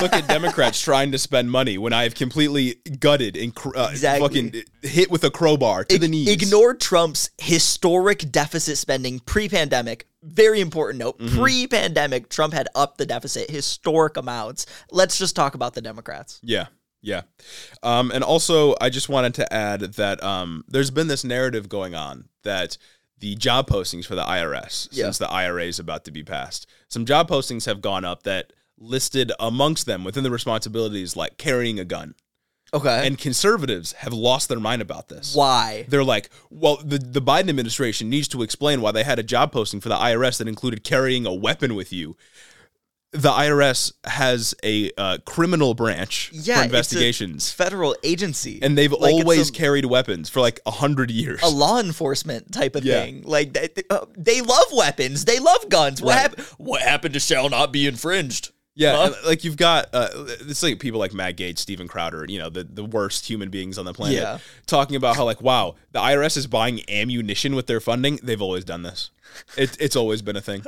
A: look at Democrats trying to spend money when I have completely gutted and cr- uh,
B: Exactly.
A: fucking hit with a crowbar to the knees.
B: Ignore Trump's historic deficit spending pre-pandemic. Very important note. Pre-pandemic, Trump had upped the deficit historic amounts. Let's just talk about the Democrats.
A: Yeah. Yeah. Um, and also, I just wanted to add that um, there's been this narrative going on that the job postings for the IRS,
B: Yeah.
A: since the IRA is about to be passed, some job postings have gone up that listed amongst them within the responsibilities like carrying a gun.
B: Okay.
A: And conservatives have lost their mind about this.
B: why?
A: They're like, well, the, the Biden administration needs to explain why they had a job posting for the IRS that included carrying a weapon with you. The IRS has a uh, criminal branch for
B: Yeah, it's a
A: investigations,
B: Federal agency.
A: and they've
B: Like, it's
A: always
B: a-
A: carried weapons for like a hundred years.
B: a law enforcement type of
A: Yeah.
B: thing. Like they, they- uh, they love weapons, they love guns. What
A: Right.
B: happened? What happened to shall not be infringed?
A: yeah,
B: Huh?
A: and, like you've got uh, it's like people like Matt Gates, Steven Crowder, you know, the, the worst human beings on the planet,
B: Yeah.
A: talking about how like, wow, the IRS is buying ammunition with their funding. They've always done this. It, it's always been a thing.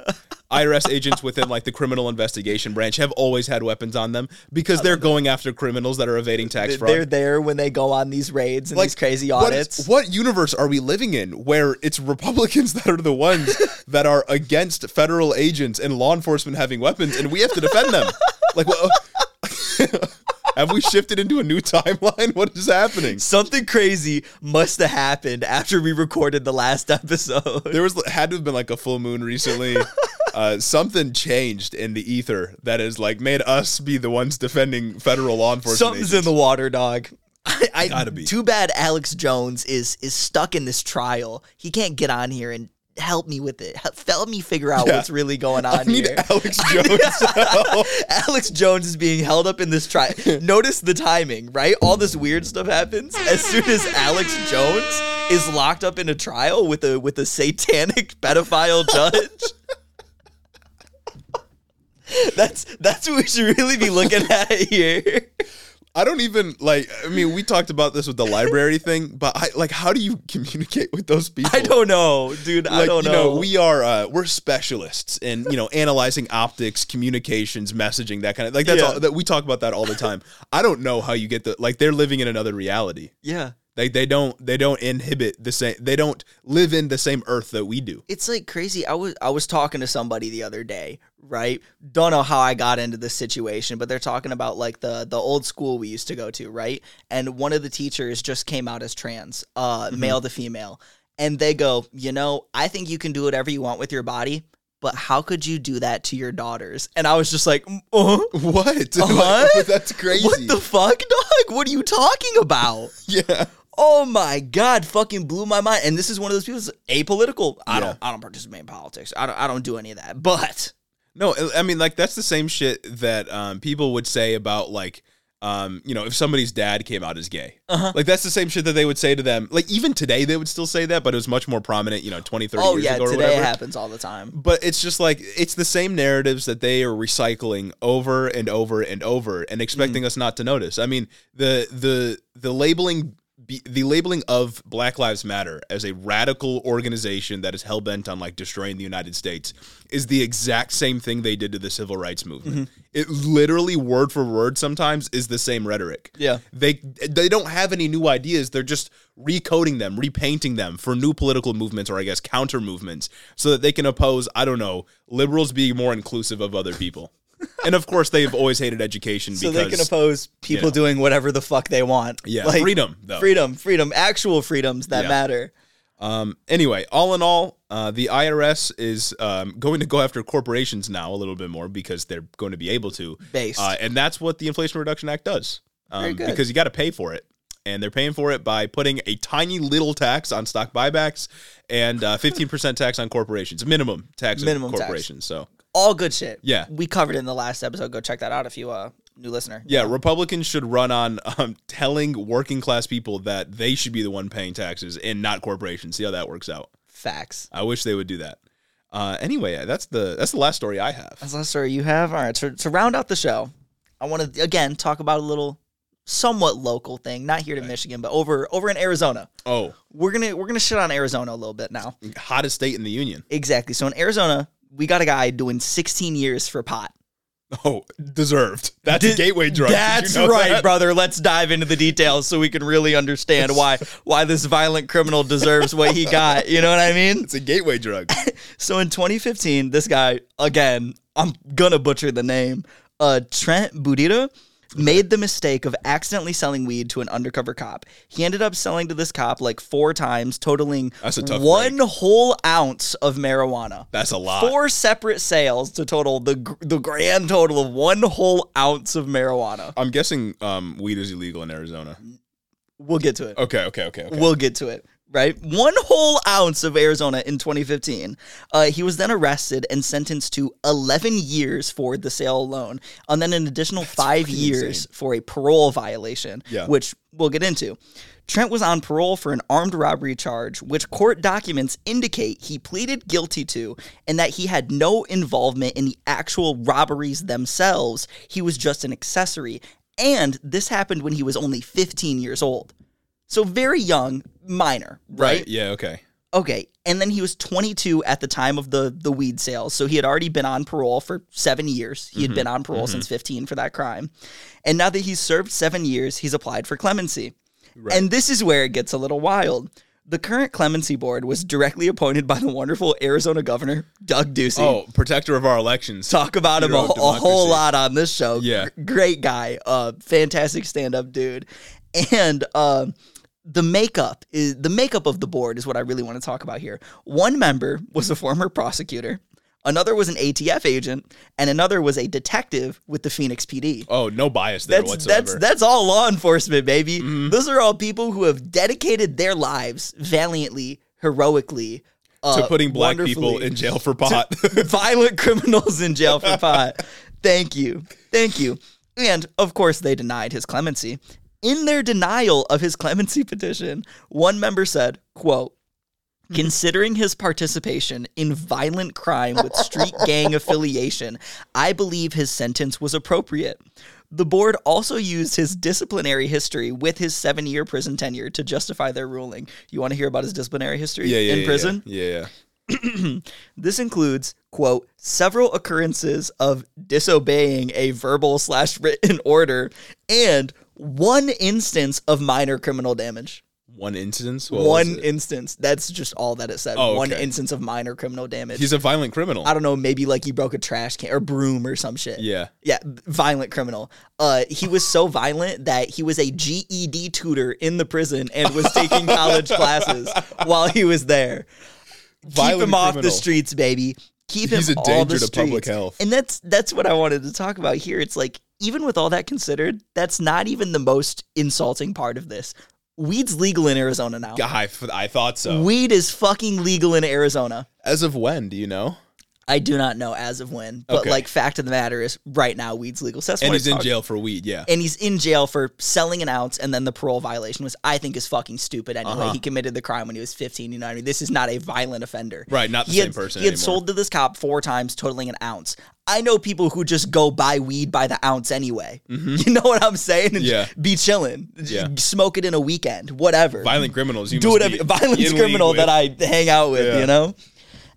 A: IRS agents within like the criminal investigation branch have always had weapons on them because they're going after criminals that are evading tax fraud.
B: They're there when they go on these raids and these crazy
A: what is-
B: audits.
A: What, universe are we living in where it's Republicans that are the ones that are against federal agents and law enforcement having weapons, and we have to defend them? like, what? have we shifted into a new timeline? What is happening?
B: Something crazy must have happened after we recorded the last episode.
A: There was had to have been like a full moon recently. Uh, something changed in the ether that has like made us be the ones defending federal law enforcement.
B: Something's
A: agents.
B: in the water, dog. I, I
A: Gotta be.
B: Too bad Alex Jones is is stuck in this trial. He can't get on here and help me with it. Help, help me figure out
A: Yeah.
B: what's really going on
A: I need
B: here.
A: Alex Jones.
B: Alex Jones is being held up in this trial. Notice the timing, right? All this weird stuff happens as soon as Alex Jones is locked up in a trial with a with a satanic pedophile judge. that's that's what we should really be looking at here.
A: I don't even like. I mean, we talked about this with the library thing, but I like. How do you communicate with those people?
B: I don't know, dude. I
A: Like,
B: don't
A: you
B: know.
A: we are uh, we're specialists in you know analyzing optics, communications, messaging, that kind of like that's
B: Yeah.
A: all that we talk about that all the time. I don't know how you get the like they're living in another reality.
B: yeah.
A: Like they don't they don't inhibit the same they don't live in the same earth that we do.
B: it's like crazy. I was I was talking to somebody the other day, right? Don't know how I got into this situation, but they're talking about like the the old school we used to go to, right? And one of the teachers just came out as trans, uh, male to female, and they go, you know, I think you can do whatever you want with your body, but how could you do that to your daughters? And I was just like, mm, uh-huh.
A: What?
B: What?
A: Like, that's crazy.
B: what the fuck, dog? What are you talking about?
A: yeah.
B: Oh my god, fucking blew my mind. And this is one of those people that's apolitical. I
A: Yeah.
B: don't I don't participate in politics. I don't I don't do any of that. But
A: No, I- I mean like that's the same shit that um, people would say about like um, you know if somebody's dad came out as gay.
B: Uh-huh.
A: Like that's the same shit that they would say to them. Like even today they would still say that, but it was much more prominent, you know, 20, 30
B: oh
A: years
B: yeah,
A: ago or
B: today it
A: whatever.
B: happens all the time.
A: But it's just like it's the same narratives that they are recycling over and over and over and expecting
B: Mm.
A: us not to notice. I mean, the the the labeling be, the labeling of Black Lives Matter as a radical organization that is hell bent on like destroying the United States is the exact same thing they did to the civil rights movement.
B: Mm-hmm.
A: It literally word for word sometimes is the same rhetoric.
B: Yeah.
A: They they don't have any new ideas. They're just recoding them, repainting them for new political movements or I guess counter movements so that they can oppose, I don't know, liberals being more inclusive of other people. and of course they've always hated education
B: So they
A: because
B: can oppose people
A: know.
B: doing whatever the fuck they want.
A: yeah,
B: Like,
A: freedom though.
B: Freedom, freedom, actual freedoms that
A: Yeah.
B: matter.
A: Um, anyway, all in all, uh, the IRS is um, going to go after corporations now a little bit more because they're going to be able to.
B: Based.
A: Uh, and that's what the Inflation Reduction Act does. Um,
B: Very good.
A: Because you got to pay for it. And they're paying for it by putting a tiny little tax on stock buybacks and uh, 15% tax on corporations, minimum tax
B: Minimum
A: on
B: tax.
A: corporations. So,
B: all good shit.
A: Yeah.
B: We covered it in the last episode. Go check that out if you uh new listener.
A: Yeah, Republicans should run on um, telling working class people that they should be the one paying taxes and not corporations. See how that works out.
B: Facts.
A: I wish they would do that. Uh, anyway, that's the that's the last story I have.
B: That's the last story you have. All right. To, to round out the show, I want to again talk about a little, somewhat local thing. Not here to Michigan, but over over in Arizona.
A: Oh,
B: We're gonna we're gonna shit on Arizona a little bit now.
A: hottest state in the union.
B: Exactly. So in Arizona, we got a guy doing 16 years for pot.
A: Oh, deserved. That's a
B: Did-
A: gateway drug. Did you
B: That's
A: know
B: right,
A: that?
B: brother. Let's dive into the details so we can really understand why why this violent criminal deserves what he got. You know what I mean?
A: It's a gateway drug.
B: So in 2015, this guy again, I'm gonna butcher the name, uh, Trent Budita. Made the mistake of accidentally selling weed to an undercover cop. He ended up selling to this cop like four times, totaling
A: That's a tough
B: one whole ounce of marijuana
A: That's a lot.
B: four separate sales to total the gr- the grand total of one whole ounce of marijuana.
A: I'm guessing um, weed is illegal in Arizona.
B: We'll get to it.
A: Okay, okay, okay, okay.
B: We'll get to it. Right, one whole ounce of Arizona in 2015. Uh, he was then arrested and sentenced to 11 years for the sale alone, and then an additional five
A: fucking
B: years
A: insane.
B: for a parole violation,
A: Yeah.
B: which we'll get into. Trent was on parole for an armed robbery charge, which court documents indicate he pleaded guilty to, and that he had no involvement in the actual robberies themselves. He was just an accessory. And this happened when he was only 15 years old. So very young, minor, right?
A: Right. Yeah. Okay.
B: Okay. And then he was 22 at the time of the the weed sales. So he had already been on parole for 7 years. He had been on parole since 15 for that crime. And now that he's served 7 years, he's applied for clemency. And this is where it gets a little wild. The current clemency board was directly appointed by the wonderful Arizona governor, Doug Ducey.
A: Oh, protector of our elections.
B: Talk about him a,
A: Hero of
B: a whole
A: democracy.
B: lot on this show.
A: Yeah.
B: Gr- great guy, uh, fantastic stand-up dude, and um the makeup is the makeup of the board is what I really want to talk about here. One member was a former prosecutor, another was an ATF agent, and another was a detective with the Phoenix PD.
A: Oh, no bias there
B: That's
A: whatsoever. Mm-hmm.
B: that's that's all law enforcement, baby. Those are all people who have dedicated their lives valiantly, heroically, uh,
A: to putting black people
B: wonderfully
A: in jail for pot.
B: violent criminals in jail for pot. Thank you. Thank you. And of course, they denied his clemency. In their denial of his clemency petition, one member said, quote, Considering his participation in violent crime with street gang affiliation, I believe his sentence was appropriate. The board also used his disciplinary history with his seven year prison tenure to justify their ruling. You want to hear about his disciplinary history
A: yeah. Yeah.
B: in
A: yeah,
B: prison?
A: Yeah. Yeah.
B: This includes, quote, several occurrences of disobeying a verbal slash written order and one instance of minor criminal damage.
A: One incidence. What was
B: one
A: it?
B: instance. That's just all that it said.
A: Oh,
B: One
A: okay.
B: instance of minor criminal damage.
A: He's a violent criminal.
B: I don't know, maybe like he broke a trash can or broom or some shit.
A: Yeah.
B: Yeah, violent criminal. Uh, he was so violent that he was a GED tutor in the prison and was taking college classes while he was there. Keep
A: Violent
B: him off the
A: criminal.
B: streets, baby. Keep him
A: He's a
B: all the
A: danger to public
B: streets.
A: health.
B: And that's that's what I wanted to talk about here. It's like even with all that considered, that's not even the most insulting part of this. Weed's legal in Arizona now.
A: I, I thought so.
B: Weed is fucking legal in Arizona.
A: As of when do you know?
B: I do not know as of when, but
A: Okay.
B: like fact of the matter is, right now weed's legal. So that's
A: And
B: what
A: he's
B: I
A: in
B: talked-
A: jail for weed. Yeah.
B: And he's in jail for selling an ounce, and then the parole violation was, I think, is fucking stupid. Anyway,
A: Uh-huh.
B: he committed the crime when he was 15. You know what I mean? This is not a violent offender.
A: Right, not the
B: he
A: same
B: had,
A: person
B: He had
A: anymore.
B: sold to this cop four times, totaling an ounce. I know people who just go buy weed by the ounce anyway. You know what I'm saying? And
A: Mm-hmm. Yeah.
B: Be chilling.
A: Yeah.
B: Smoke it in a weekend, whatever
A: Violent criminals. You
B: do
A: must
B: whatever
A: be in
B: violence
A: league
B: criminal
A: with.
B: that I hang out with,
A: Yeah.
B: you know?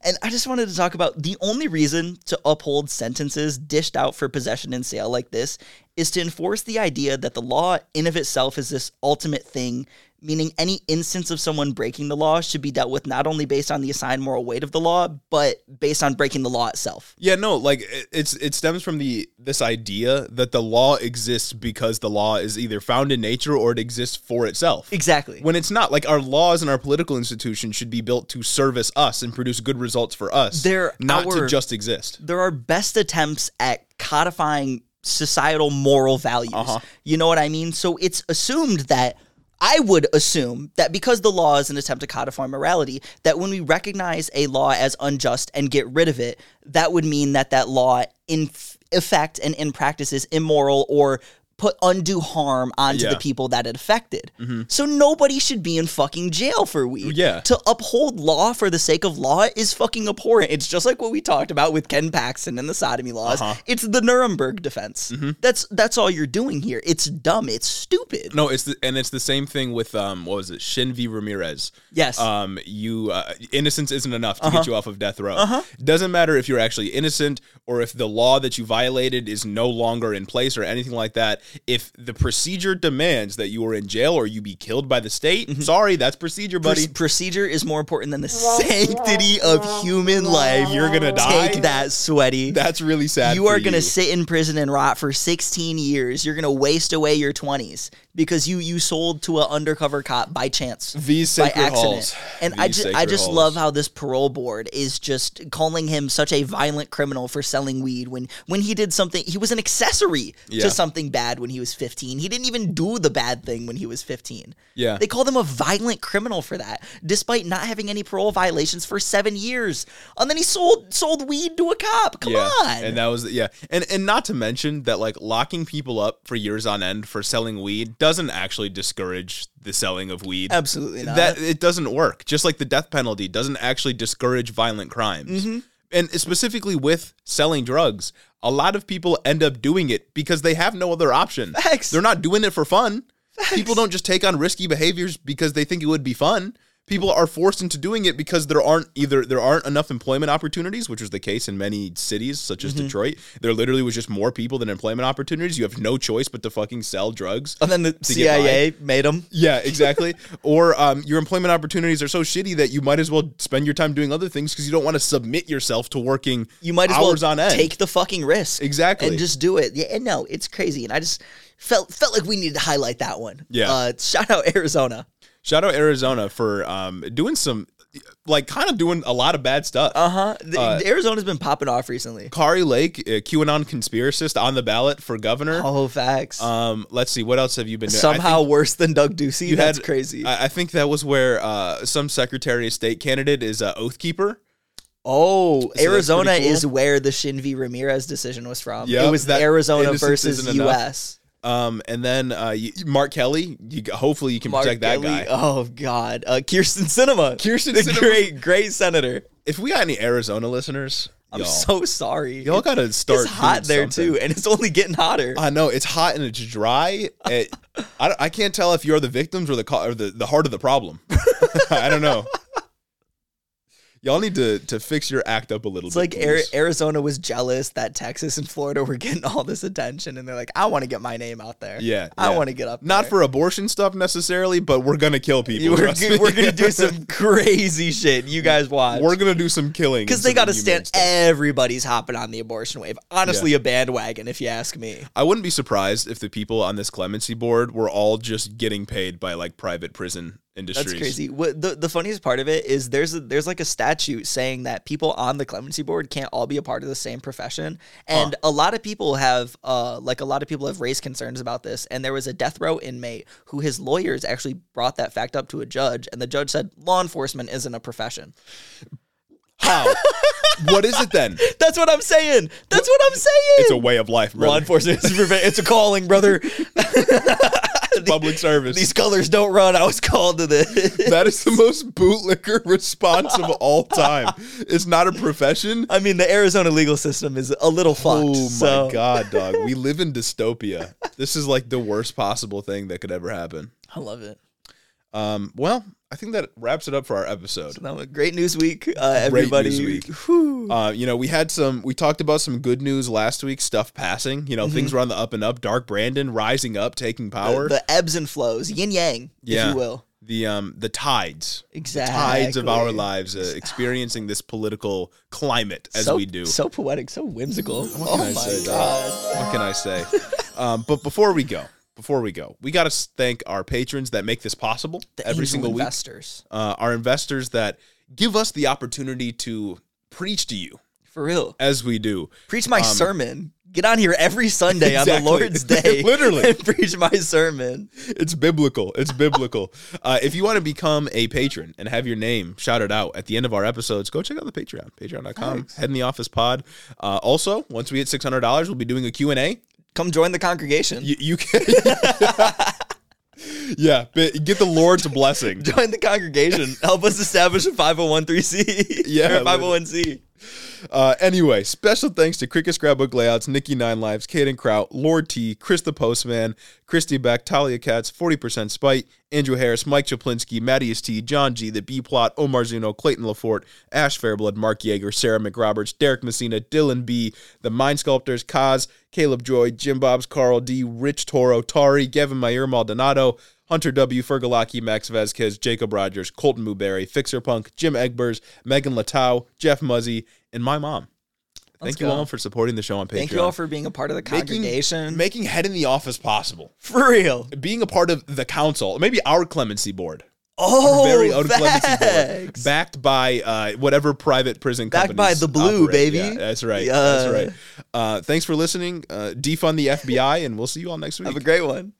B: And I just wanted to talk about the only reason to uphold sentences dished out for possession and sale like this is to enforce the idea that the law in of itself is this ultimate thing, meaning any instance of someone breaking the law should be dealt with not only based on the assigned moral weight of the law, but based on breaking the law itself.
A: Yeah, no, like it- it's it stems from the this idea that the law exists because the law is either found in nature or it exists for itself.
B: Exactly.
A: When it's not, like our laws and our political institutions should be built to service us and produce good results for us,
B: They're
A: not
B: our-
A: to just exist.
B: there are best attempts at codifying societal moral values.
A: Uh-huh.
B: You know what I mean? So it's assumed that I would assume that because the law is an attempt to codify morality, that when we recognize a law as unjust and get rid of it, that would mean that that law in effect and in practice is immoral or put undue harm onto
A: Yeah. Mm-hmm.
B: the people that it affected. So nobody should be in fucking jail for weed.
A: Yeah.
B: To uphold law for the sake of law is fucking abhorrent. It's just like what we talked about with Ken Paxton and the sodomy laws.
A: Uh-huh.
B: It's the Nuremberg defense.
A: Mm-hmm.
B: That's that's all you're doing here. It's dumb. It's stupid.
A: No, it's the, and it's the same thing with um what was it? Shin V Ramirez.
B: Yes.
A: Um you uh, innocence isn't enough to
B: Uh-huh.
A: get you off of death row. Doesn't matter if you're actually innocent or if the law that you violated is no longer in place or anything like that. If the procedure demands that you are in jail or you be killed by the state,
B: Mm-hmm.
A: sorry, that's procedure,
B: Proc-
A: buddy.
B: procedure is more important than the sanctity of human life.
A: You're gonna die.
B: Take that, sweaty.
A: that's really sad.
B: you are
A: for
B: going
A: you.
B: to sit in prison and rot for 16 years. You're going to waste away your 20s because you you sold to an undercover cop by chance.
A: these
B: by
A: sacred
B: accident.
A: halls.
B: And I
A: These
B: just I
A: sacred
B: just
A: halls.
B: love how this parole board is just calling him such a violent criminal for selling weed when when he did something he was an accessory
A: Yeah.
B: to something bad when he was 15. He didn't even do the bad thing when he was 15.
A: Yeah.
B: They called him a violent criminal for that despite not having any parole violations for 7 years. And then he sold sold weed to a cop. Come
A: yeah.
B: on.
A: And that was yeah. And and not to mention that like locking people up for years on end for selling weed doesn't actually discourage the selling of weed.
B: Absolutely not.
A: That it doesn't work. Just like the death penalty doesn't actually discourage violent crimes. And specifically with selling drugs, a lot of people end up doing it because they have no other option.
B: Facts.
A: They're not doing it for fun. People don't just take on risky behaviors because they think it would be fun. People are forced into doing it because there aren't either there aren't enough employment opportunities, which was the case in many cities such as Detroit. There literally was just more people than employment opportunities. You have no choice but to fucking sell drugs.
B: and then the
A: get
B: CIA made him
A: Yeah, exactly. or um, your employment opportunities are so shitty that you might as well spend your time doing other things because you don't want to submit yourself to working.
B: you might as
A: hours
B: well
A: on end.
B: take the fucking risk
A: Exactly.
B: and just do it. Yeah, and no, it's crazy, and I just felt felt like we needed to highlight that one.
A: Yeah.
B: uh, shout out Arizona.
A: Shout out Arizona for um, doing some, like, kind of doing a lot of bad stuff.
B: Uh-huh. The-
A: Uh,
B: Arizona's been popping off recently.
A: Kari Lake, uh, QAnon conspiracist on the ballot for governor.
B: Oh, facts.
A: Um, let's see, what else have you been doing? I think
B: Somehow worse than Doug Ducey.
A: you
B: That's
A: had-
B: crazy.
A: I, I think that was where uh, some Secretary of State candidate is uh, Oath Keeper.
B: oh,
A: pretty
B: Arizona is
A: cool.
B: where the Shin V Ramirez decision was from.
A: Yep,
B: it was
A: that
B: Arizona
A: innocence
B: versus
A: isn't enough.
B: U.S.
A: Um, and then uh, you, Mark Kelly. You, hopefully, you can protect that
B: Kelly-
A: guy.
B: Oh God, uh, Kirsten Cinema.
A: Kirsten
B: the
A: Sinema.
B: great, great senator.
A: if we got any Arizona listeners,
B: I'm
A: y'all,
B: so sorry.
A: y'all gotta start.
B: it's hot
A: doing
B: there
A: something.
B: too, and it's only getting hotter.
A: I know it's hot and it's dry. It- I, don't- I can't tell if you're the victims or the co- or the, the heart of the problem. I don't know. Y'all need to to fix your act up a little
B: it's
A: bit.
B: like Ari-
A: please.
B: Arizona was jealous that Texas and Florida were getting all this attention, and they're like, "I want to get my name out there.
A: Yeah,
B: I
A: yeah.
B: want to get up.
A: not
B: there."
A: for abortion stuff necessarily, but we're gonna kill
B: You-
A: people.
B: We're,
A: trust me.
B: go- we're gonna do some crazy shit. You guys watch
A: We're gonna do some killing
B: because
A: and
B: they
A: some
B: got to
A: inhumane
B: stand.
A: stuff.
B: Everybody's hopping on the abortion wave. Honestly, a bandwagon, if you ask me.
A: I wouldn't be surprised if the people on this clemency board were all just getting paid by like private prison industries.
B: That's crazy. What the, the funniest part of it is there's a, there's like a statute saying that people on the clemency board can't all be a part of the same profession, and a lot of people have uh like a lot of people have raised concerns about this. And there was a death row inmate who his lawyers actually brought that fact up to a judge, and the judge said law enforcement isn't a profession.
A: How? what is it then?
B: That's what I'm saying. That's what I'm saying.
A: It's a way of life,
B: law
A: brother.
B: enforcement is a profe- it's a calling, brother.
A: public service.
B: These colors don't run. I was called to this.
A: that is the most bootlicker response of all time. It's not a profession.
B: I mean, the Arizona legal system is a little fucked.
A: Oh my
B: so-
A: god, dog. We live in dystopia. This is like the worst possible thing that could ever happen.
B: I love it.
A: Um, well, I think that wraps it up for our episode.
B: No, great news week, uh,
A: Great
B: everybody.
A: news week.
B: Whew.
A: Uh, you know, we had some we talked about some good news last week, stuff passing. You know, things were on the up and up. Dark Brandon rising up, taking power.
B: The, the ebbs and flows, yin yang,
A: Yeah.
B: if you will.
A: the um the tides
B: Exactly.
A: tides of our lives uh, experiencing this political climate as
B: so,
A: we do
B: So poetic, so whimsical.
A: can I
B: Oh
A: say, dog?
B: my god.
A: what can i say um but before we go before we go we got to thank our patrons that make this possible
B: The
A: every
B: angel
A: single
B: investors.
A: week uh, our investors that give us the opportunity to preach to you
B: For real.
A: as we do
B: Preach my sermon. get on here every Sunday on the
A: Um, Exactly.
B: Lord's Day,
A: Literally.
B: and preach my sermon.
A: It's biblical. It's biblical. uh, if you want to become a patron and have your name shouted out at the end of our episodes, go check out the Patreon, patreon.com, head in the office pod. Uh, also, once we hit $600, we'll be doing a Q&A.
B: Come join the congregation.
A: You, you can... yeah, but get the Lord's blessing.
B: join the congregation. Help us establish a 501c.
A: Yeah,
B: or 501c.
A: Uh, anyway, special thanks to Cricket Scrapbook Layouts, Nikki Nine Lives, Caden Kraut, Lord T, Chris the Postman, Christy Beck, Talia Katz, 40% Spite, Andrew Harris, Mike Chaplinsky, Mattias T, John G, The B Plot, Omar Zuno, Clayton Lafort, Ash Fairblood, Mark Yeager, Sarah McRoberts, Derek Messina, Dylan B, The Mind Sculptors, Kaz, Caleb Joy, Jim Bobs, Carl D, Rich Toro, Tari, Gavin Mayer, Maldonado, Hunter W, Fergalaki, Max Vasquez, Jacob Rogers, Colton Muberry, Fixer Punk, Jim Egbers, Megan Latow, Jeff Muzzy, and my mom. Thank you
B: go.
A: all for supporting the show on Patreon.
B: Thank you all for being a part of the congregation.
A: making, making head in the office possible.
B: for real.
A: Being a part of the council, maybe our clemency board,
B: Oh,
A: very own clemency board,
B: facts.
A: backed by uh, whatever private prison
B: Backed by
A: companies
B: the blue,
A: operate.
B: baby.
A: Yeah, that's right.
B: Yeah.
A: That's right. Uh, thanks for listening. Uh, defund the FBI, and we'll see you all next week.
B: Have a great one.